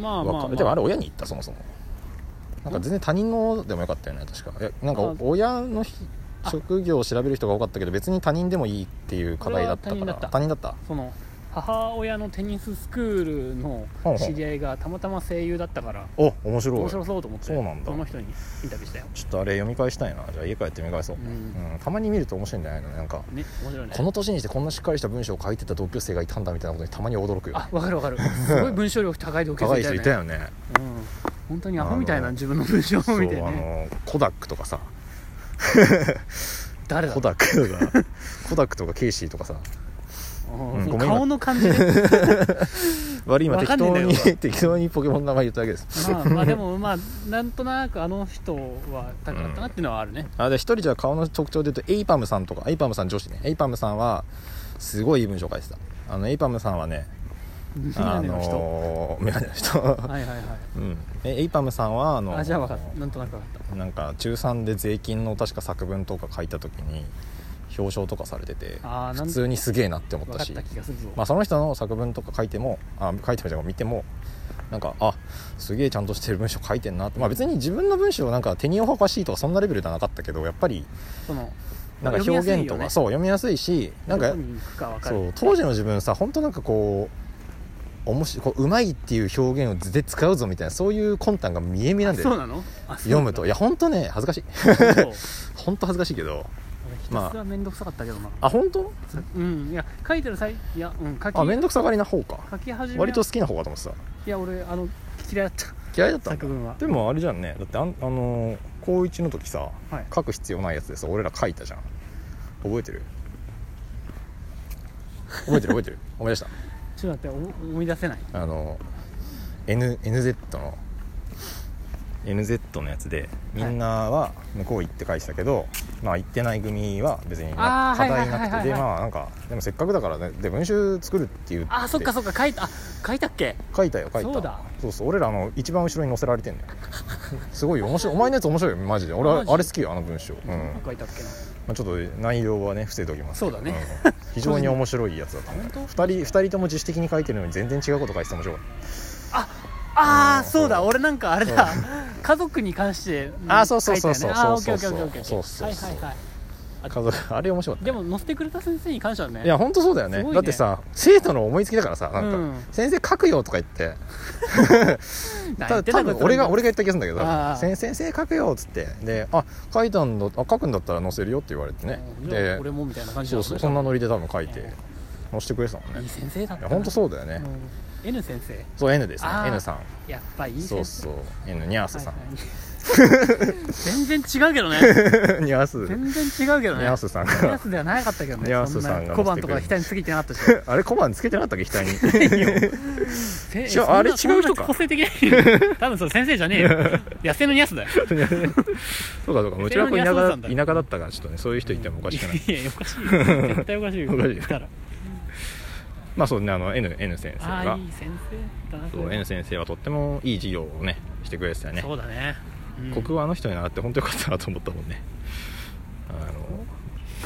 Speaker 2: まあまあ、
Speaker 1: わ
Speaker 2: ま
Speaker 1: か
Speaker 2: あ、
Speaker 1: るでもあれ親に言ったそもそもなんか全然他人のでもよかったよね確かいやなんか
Speaker 2: あ
Speaker 1: 親のひ
Speaker 2: あ
Speaker 1: 職業を調べる人が多かったけど別に他人でもいいっていう課題だったか
Speaker 2: これは
Speaker 1: ら
Speaker 2: 他
Speaker 1: 他人だった
Speaker 2: その母親のテニススクールの
Speaker 1: ほうほう
Speaker 2: 知り合いがたまたま声優だったから
Speaker 1: お面白い
Speaker 2: 面白そうと思って
Speaker 1: そうなんだ
Speaker 2: その人にインタビューしたよ、
Speaker 1: ちょっとあれ読み返したいなじゃあ家帰って見返そう、
Speaker 2: うん
Speaker 1: うんたまに見ると面白いんじゃないのなんか
Speaker 2: ね面白いね
Speaker 1: この年にしてこんなしっかりした文章を書いてた同級生がいたんだみたいなことにたまに驚くよね
Speaker 2: あ分かる分かるすごい文章力高い同級
Speaker 1: 高
Speaker 2: 生
Speaker 1: い
Speaker 2: いた
Speaker 1: 人
Speaker 2: よ
Speaker 1: い
Speaker 2: ね
Speaker 1: たよね
Speaker 2: うん本当にアホみたい
Speaker 1: あ
Speaker 2: な
Speaker 1: の
Speaker 2: 自分の文章
Speaker 1: そ
Speaker 2: を
Speaker 1: う
Speaker 2: [LAUGHS] 見て
Speaker 1: あ
Speaker 2: ね
Speaker 1: のコダックとかさ
Speaker 2: 誰だ
Speaker 1: コダックとかコダックとかケイシーとかさ
Speaker 2: うん
Speaker 1: うん
Speaker 2: そ
Speaker 1: ご
Speaker 2: の
Speaker 1: めん今
Speaker 2: 顔の感
Speaker 1: [LAUGHS]
Speaker 2: じで
Speaker 1: 悪い今
Speaker 2: わ
Speaker 1: 適
Speaker 2: かんねえん
Speaker 1: 当
Speaker 2: だよ
Speaker 1: に [LAUGHS] 適当にポケモンの名前言っただけです
Speaker 2: まあまあでもまあなんとなくあの人は高かったなっていうのはあるね、
Speaker 1: あで一人じゃあ顔の特徴で言うとエイパムさんとかエイパムさん女子ねエイパムさんはすごいいい文章書いてたあのエイパムさんはね
Speaker 2: [LAUGHS] メガ
Speaker 1: あ
Speaker 2: ネの人、
Speaker 1: のーメガネの [LAUGHS] 人、
Speaker 2: はいはいはい
Speaker 1: うん、えエイパムさんはあの
Speaker 2: あじゃあ分かったなんとなく分かっ
Speaker 1: なんか中3で税金の確か作文とか書いた時に表彰とかされてて
Speaker 2: あーなん
Speaker 1: 普通にすげえなって思っ
Speaker 2: た分
Speaker 1: た
Speaker 2: かっ
Speaker 1: した
Speaker 2: 気がするぞ、
Speaker 1: まあ、その人の作文とか書いてもあ書いてもじゃない見てもなんかあすげえちゃんとしてる文章書いてんなって、まあ、別に自分の文章なんか手におはかしいとかそんなレベルではなかったけどやっぱり
Speaker 2: その
Speaker 1: なんか
Speaker 2: 読みやす
Speaker 1: 表
Speaker 2: いよね
Speaker 1: 現とか、そう読みやすいしなんか
Speaker 2: どこに行くか分かる
Speaker 1: そう当時の自分さ本当なんかこう面白いこううまいっていう表現を図で使うぞみたいなそういう魂胆が見え見えなんで
Speaker 2: そうなのあそう
Speaker 1: 読
Speaker 2: な
Speaker 1: む
Speaker 2: んだ
Speaker 1: といや本当ね恥ずかしい
Speaker 2: [LAUGHS] そう
Speaker 1: 本当恥ずかしいけど
Speaker 2: 俺ひたすら面倒くさかったけどな、
Speaker 1: あ本当
Speaker 2: うんいや書いてる際いやうん書き
Speaker 1: あ面倒くさがりな方か
Speaker 2: 書き始め
Speaker 1: 割と好きな方かと思ってさ
Speaker 2: いや俺あの嫌い
Speaker 1: [LAUGHS]
Speaker 2: だった
Speaker 1: 嫌いだったんだ
Speaker 2: 作文は
Speaker 1: でもあれじゃんねだってあんあのー高1の時さ、
Speaker 2: はい
Speaker 1: 書く必要ないやつでさ俺ら書いたじゃん覚えてる覚えてる覚えてる思い出した
Speaker 2: ちょっと待ってお思い出せない
Speaker 1: あの N NZ の NZ のやつでみんなは向こう行って返したけど、まあ行ってない組は別にな
Speaker 2: あー
Speaker 1: 課
Speaker 2: はい
Speaker 1: 題
Speaker 2: はいはいはい
Speaker 1: なくてでまあなんかでもせっかくだからねで文集作るっていう
Speaker 2: あそっかそっか書いたあ書いたっけ
Speaker 1: 書いたよ書いた
Speaker 2: そうだ
Speaker 1: そうそう俺らあの一番後ろに載せられてんだよすごいよ面白いお前のやつ面白いよマジで俺は
Speaker 2: マジ
Speaker 1: あれ好きよあの文章、うんま
Speaker 2: 書いたっけな
Speaker 1: あ、ちょっと内容はね伏せておきますけど
Speaker 2: そうだね、
Speaker 1: うん非常に面白いやつだったね
Speaker 2: 本当
Speaker 1: 2人二人とも自主的に書いてるのに全然違うこと書いてて面白い
Speaker 2: ああ
Speaker 1: うん
Speaker 2: そうだ
Speaker 1: そう
Speaker 2: 俺なんかあれだ [LAUGHS] 家族に関して
Speaker 1: あそうそうそうそう
Speaker 2: 書いた
Speaker 1: そ
Speaker 2: よねあーオッケー
Speaker 1: う
Speaker 2: オッケ
Speaker 1: そ
Speaker 2: ー
Speaker 1: うそうそう
Speaker 2: オッケーオッケー
Speaker 1: そう
Speaker 2: はいはいはい
Speaker 1: 家族あれ面白かった
Speaker 2: でも載せてくれた先生に感謝だね
Speaker 1: いや本当そうだよね
Speaker 2: すごいね
Speaker 1: だってさ生徒の思いつきだからさなんか、
Speaker 2: うん
Speaker 1: 先生書くよとか言って
Speaker 2: な
Speaker 1: た
Speaker 2: ん
Speaker 1: だ
Speaker 2: か
Speaker 1: 多分俺が俺
Speaker 2: 言って
Speaker 1: が言った気がするんだけど多
Speaker 2: ああ
Speaker 1: 分先先生書くよっつってであ書いたんだあ書くんだったら載せるよって言われて
Speaker 2: た
Speaker 1: ね
Speaker 2: けどじゃあ
Speaker 1: で
Speaker 2: 俺もみたいな感じだ
Speaker 1: そう
Speaker 2: ね
Speaker 1: そうそんなノリで多分書いて載せてくれてたもん
Speaker 2: いい
Speaker 1: ね
Speaker 2: 先生だっ
Speaker 1: い
Speaker 2: た
Speaker 1: や本当
Speaker 2: う
Speaker 1: そうだよね、
Speaker 2: ん N 先生
Speaker 1: そう N ですね
Speaker 2: ああ
Speaker 1: N さん
Speaker 2: やっぱいい先生
Speaker 1: そうそう N ニャースさん、
Speaker 2: はいはい全然違うけど
Speaker 1: [LAUGHS]
Speaker 2: ね
Speaker 1: ニャースニ
Speaker 2: 全然違うけどね
Speaker 1: ャースさん
Speaker 2: ニャー
Speaker 1: が
Speaker 2: スではなかったけどね
Speaker 1: ニャースさんが
Speaker 2: そな小判とか額に過ぎてなかったし
Speaker 1: [LAUGHS] あれ小判つけてなかったっけ額
Speaker 2: [LAUGHS]
Speaker 1: に
Speaker 2: せ
Speaker 1: 違うあれ違う人か
Speaker 2: そんな個性的な多分それ先生じゃね
Speaker 1: [LAUGHS]
Speaker 2: えよ野生のニャスだよ
Speaker 1: そうかそうかもちろん田舎だ田舎だったからちょっとねそういう人いてもおかしく
Speaker 2: [LAUGHS]
Speaker 1: ない
Speaker 2: いやいやおかしいよ絶対おかしいよ
Speaker 1: おかしいよ
Speaker 2: 来たら
Speaker 1: まあそうねあの N, N 先生
Speaker 2: ああ
Speaker 1: が
Speaker 2: いい先生だな
Speaker 1: そう N 先生はとってもいい授業をねしてくれてたよね
Speaker 2: そうだね、うん
Speaker 1: 国語あの人に習って本当よかったなと思ったもんねあ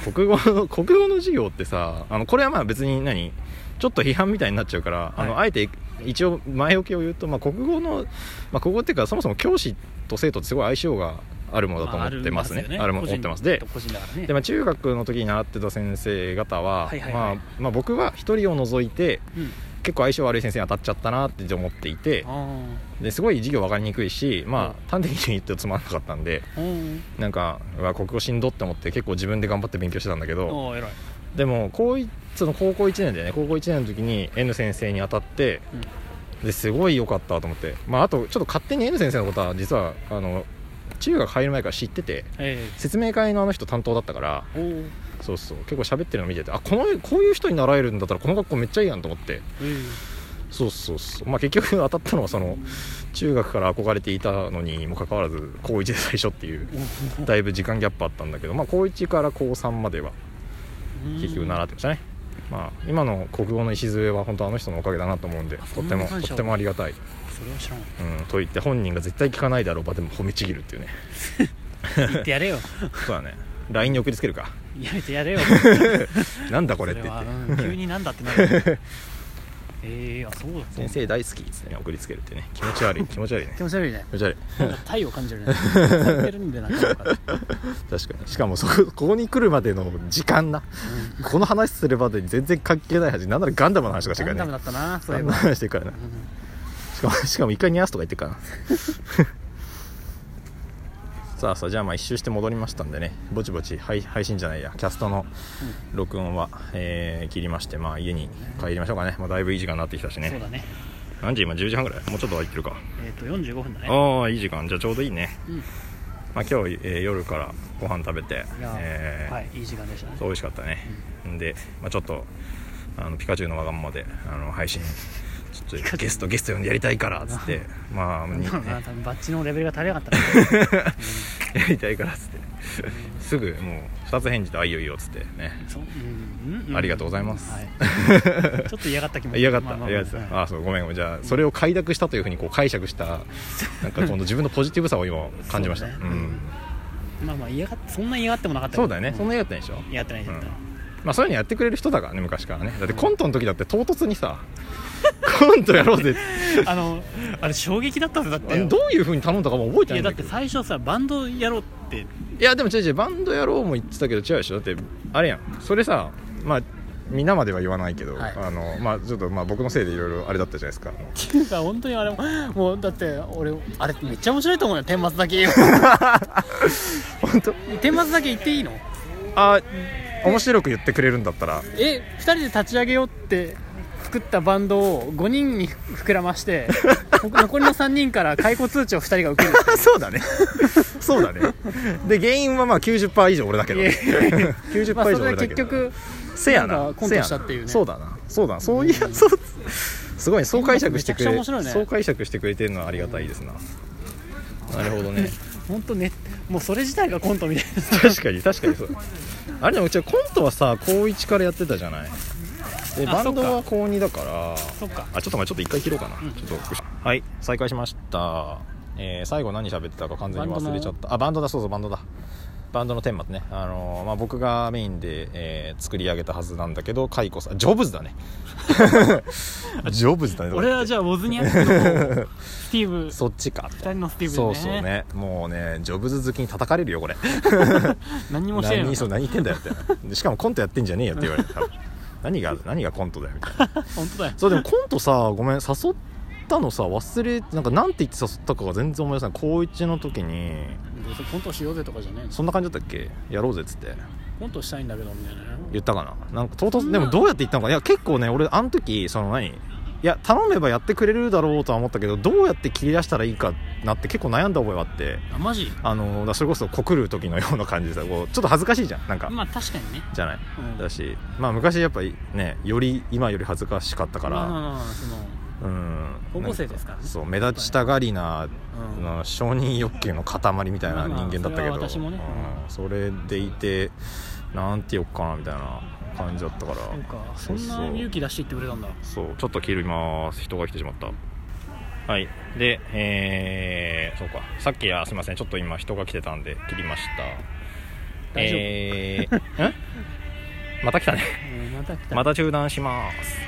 Speaker 1: の国語 [LAUGHS] の国語の授業ってさあのこれはまあ別に何ちょっと批判みたいになっちゃうから、あの
Speaker 2: は
Speaker 1: あえて一応前置きを言うと、まあ、国語の、まあ、国語っていうかそもそも教師と生徒ってすごい相性があるものだと思ってますね,、あ、るものと思ってますで
Speaker 2: 個人だからね
Speaker 1: で、まあ、中学の時に習ってた先生方は、
Speaker 2: はいはい
Speaker 1: ま
Speaker 2: はい
Speaker 1: あまあ、僕は一人を除いて
Speaker 2: うん
Speaker 1: 結構相性悪い先生に当たっちゃったなって思っていて
Speaker 2: あ
Speaker 1: ですごい授業分かりにくいし、ま
Speaker 2: う
Speaker 1: あ、端的に言ってつまんなかったんで
Speaker 2: あうん
Speaker 1: なんかうわ国語しんどって思って結構自分で頑張って勉強してたんだけど
Speaker 2: おー偉い
Speaker 1: でも高一その高校1年でね高校1年の時に N 先生に当たって
Speaker 2: うん
Speaker 1: ですごい良かったと思って、まあ、あとちょっと勝手に N 先生のことは実はあの中学入る前から知ってて
Speaker 2: え
Speaker 1: 説明会のあの人担当だったから
Speaker 2: えおー
Speaker 1: そうそう結構喋ってるの見ててあこのこういう人に習えるんだったらこの学校めっちゃいいやんと思って
Speaker 2: え
Speaker 1: そうそうそうまあ結局当たったのはその中学から憧れていたのにもかかわらず高1で最初っていう
Speaker 2: えお
Speaker 1: だいぶ時間ギャップあったんだけど、まあ、高1から高3までは
Speaker 2: うん
Speaker 1: 結局習ってましたね、まあ、今の国語の礎は本当あの人のおかげだなと思うんでと
Speaker 2: そん
Speaker 1: って
Speaker 2: な
Speaker 1: も
Speaker 2: 感謝
Speaker 1: とってもありがたい、う
Speaker 2: それは
Speaker 1: [LAUGHS]
Speaker 2: 知らん
Speaker 1: ん、と言って本人が絶対聞かないだろう場でも褒めちぎる
Speaker 2: [LAUGHS]
Speaker 1: っていうね
Speaker 2: 言ってやれよ
Speaker 1: そうだね LINE に送りつけるか
Speaker 2: やめてやれよ
Speaker 1: なんだこれっ
Speaker 2: そ
Speaker 1: て
Speaker 2: れ
Speaker 1: 言っ
Speaker 2: は、
Speaker 1: て
Speaker 2: うん急になんだってなるええあそうだ
Speaker 1: 先生大好きっつってね送りつけるってね気持ち
Speaker 2: [LAUGHS]
Speaker 1: 悪い気持ち悪いね
Speaker 2: 気持ち悪いね
Speaker 1: 気持ち悪い
Speaker 2: なんか体を感じ
Speaker 1: [LAUGHS]
Speaker 2: るねされてるんでなんかなんか、
Speaker 1: 確かにしかもそこここに来るまでの時間なこの話するまでに全然関係ない話なんならガンダムの話とかして
Speaker 2: ガ
Speaker 1: る
Speaker 2: ン
Speaker 1: か
Speaker 2: ダ
Speaker 1: ら
Speaker 2: ム
Speaker 1: ね
Speaker 2: だったなそう
Speaker 1: ガ
Speaker 2: いえ
Speaker 1: ンダムの
Speaker 2: ば、
Speaker 1: 話してるからね
Speaker 2: うん
Speaker 1: しかも [LAUGHS] しかも一回ニャースとか言ってるからな [LAUGHS] さあさあじゃあまあ一周して戻りましたんでねぼちぼち配配信じゃないやキャストの録音は、えー切りましてまあ家に帰りましょうかね、まあ、だいぶいい時間になってきたし
Speaker 2: そう
Speaker 1: ね
Speaker 2: だね
Speaker 1: 何時今10時半ぐらいもうちょっとは行ってるか
Speaker 2: えっ、と45分だね
Speaker 1: ああいい時間じゃあちょうどいいね、
Speaker 2: うん
Speaker 1: まあ、今日、えー夜からご飯食べて、
Speaker 2: いやー、
Speaker 1: えー
Speaker 2: はいいい時間でしたね [LAUGHS]
Speaker 1: 美味しかったね、ん、で、まあ、ちょっとあのピカチュウのわがままであの配信ちょっとゲストゲスト呼んでやりたいからっつってまあ、に
Speaker 2: なんだろうな
Speaker 1: ね
Speaker 2: 多分バッジのレベルが足りなかったな
Speaker 1: やりたいからっつってすぐもう2つ返事で「あいいよいいよ」っつってね
Speaker 2: そううんうん
Speaker 1: ありがとうございます [LAUGHS]
Speaker 2: はいちょっと嫌がった気も
Speaker 1: 嫌がった、
Speaker 2: まあまあまあ
Speaker 1: 嫌がってた、
Speaker 2: は
Speaker 1: あそうごめんごめんじゃあそれを快諾したというふうにこう解釈
Speaker 2: [LAUGHS]
Speaker 1: したなんか今度自分のポジティブさを今感じました
Speaker 2: そううだね
Speaker 1: ん
Speaker 2: いまあまあ嫌がっそんな嫌がってもなかったけ
Speaker 1: そ
Speaker 2: ど
Speaker 1: うだよね、そんな嫌だったでしょ
Speaker 2: 嫌がってないじゃん、
Speaker 1: うんまあ、そういうのやってくれる人だからね昔からねだってコントの時だって唐突にさコントやろうぜって
Speaker 2: [LAUGHS] あのあれ衝撃だったぜだって
Speaker 1: どういうふうに頼んだかも覚えてな
Speaker 2: い
Speaker 1: い
Speaker 2: や
Speaker 1: ん
Speaker 2: だ
Speaker 1: だけ
Speaker 2: って
Speaker 1: ど
Speaker 2: 最初さバンドやろう
Speaker 1: [LAUGHS]
Speaker 2: って
Speaker 1: いやでも違う違うバンドやろうも言ってたけど違うでしょだってあれやんそれさまあ皆までは言わないけど、
Speaker 2: はい
Speaker 1: あのまあちょっとまあ僕のせいでいろいろあれだったじゃないですか
Speaker 2: っていうか本当にあれももうだって俺あれめっちゃ面白いと思うよ天末
Speaker 1: [LAUGHS]
Speaker 2: だけ
Speaker 1: 本当
Speaker 2: 天末だけ言っていいの
Speaker 1: あ面白く言ってくれるんだった
Speaker 2: [LAUGHS]
Speaker 1: ら
Speaker 2: え二人で立ち上げようって作ったバンドを5人に膨らまして
Speaker 1: [LAUGHS]
Speaker 2: 残りの3人から解雇通知を2人が受ける
Speaker 1: そうだね [LAUGHS] そうだねで原因はまあ90%以上俺だけど、ね、90%以 [LAUGHS]
Speaker 2: まあそ
Speaker 1: 上
Speaker 2: れ
Speaker 1: 俺
Speaker 2: で
Speaker 1: だけ
Speaker 2: 結
Speaker 1: ど、
Speaker 2: 局
Speaker 1: せや
Speaker 2: な
Speaker 1: なん
Speaker 2: かコン
Speaker 1: せ
Speaker 2: ト
Speaker 1: や
Speaker 2: した
Speaker 1: な
Speaker 2: っていうね
Speaker 1: そうだなそうだなそういうそうすごいねそう解釈してくれ
Speaker 2: めちゃくちゃ面白いね
Speaker 1: そう解釈してくれてるのはありがたいですな、なるほどね
Speaker 2: 本当ねもうそれ自体がコントみたいな
Speaker 1: 確かに確かにそうあれでもうちはコントはさ高1からやってたじゃないで
Speaker 2: あ
Speaker 1: バンドは高2だから
Speaker 2: そっか
Speaker 1: あちょっと待ってちょっと一回切ろうかな、ちょっとはい再開しました、えー最後何喋ってたか完全に忘れちゃったあバンドだそうそうバンドだバンドのテーマってね、あのーまあ、僕がメインで、えー作り上げたはずなんだけど解雇さんジョブズだねジョブズだね
Speaker 2: 俺はじゃあウォズニアックのスティーブ
Speaker 1: そっちか
Speaker 2: 二人のスティーブだ
Speaker 1: そ
Speaker 2: ね
Speaker 1: うそうねもうねジョブズ好きに叩かれるよこれ
Speaker 2: 何にもしてないの
Speaker 1: 何そう何言ってんだよってでしかもコントやってんじゃねえよって言われて多分何が何がコントだよみたいな
Speaker 2: 本当だよ
Speaker 1: そうでもコントさごめん誘ったのさ忘れなんかなんて言って誘ったかが全然思い出せない高1の時に
Speaker 2: どうせコントしようぜとかじゃねえの
Speaker 1: そんな感じだったっけやろうぜっつって
Speaker 2: コントしたいんだけどみたいな
Speaker 1: 言ったかななんか唐突でもどうやって言ったのかいや結構ね俺あの時その何いや頼めばやってくれるだろうとは思ったけどどうやって切り出したらいいかなって結構悩んだ覚えがあって
Speaker 2: あマジ
Speaker 1: あのだからそれこそ告る時のような感じでさこうちょっと恥ずかしいじゃんなんか、
Speaker 2: まあ確かにね
Speaker 1: じゃない
Speaker 2: うん
Speaker 1: だし、まあ、昔やっぱりねより今より恥ずかしかったから、
Speaker 2: まあまあまあその
Speaker 1: うん
Speaker 2: 高校生ですからね
Speaker 1: そう目立ちたがりな、
Speaker 2: うん
Speaker 1: な承認欲求の塊みたいな人間だったけど、
Speaker 2: まあまあそれは私もね
Speaker 1: うんそれでいてなんて言おっかなみたいな感じだったから
Speaker 2: そうかそ
Speaker 1: そうん
Speaker 2: な勇気出して言ってくれたんだ
Speaker 1: そうちょっと切ります人が来てしまったはいでえー、そうかさっきはすいませんちょっと今人が来てたんで切りました
Speaker 2: 大丈夫
Speaker 1: えー、んまた来たね [LAUGHS]
Speaker 2: うんまた来た
Speaker 1: また中断します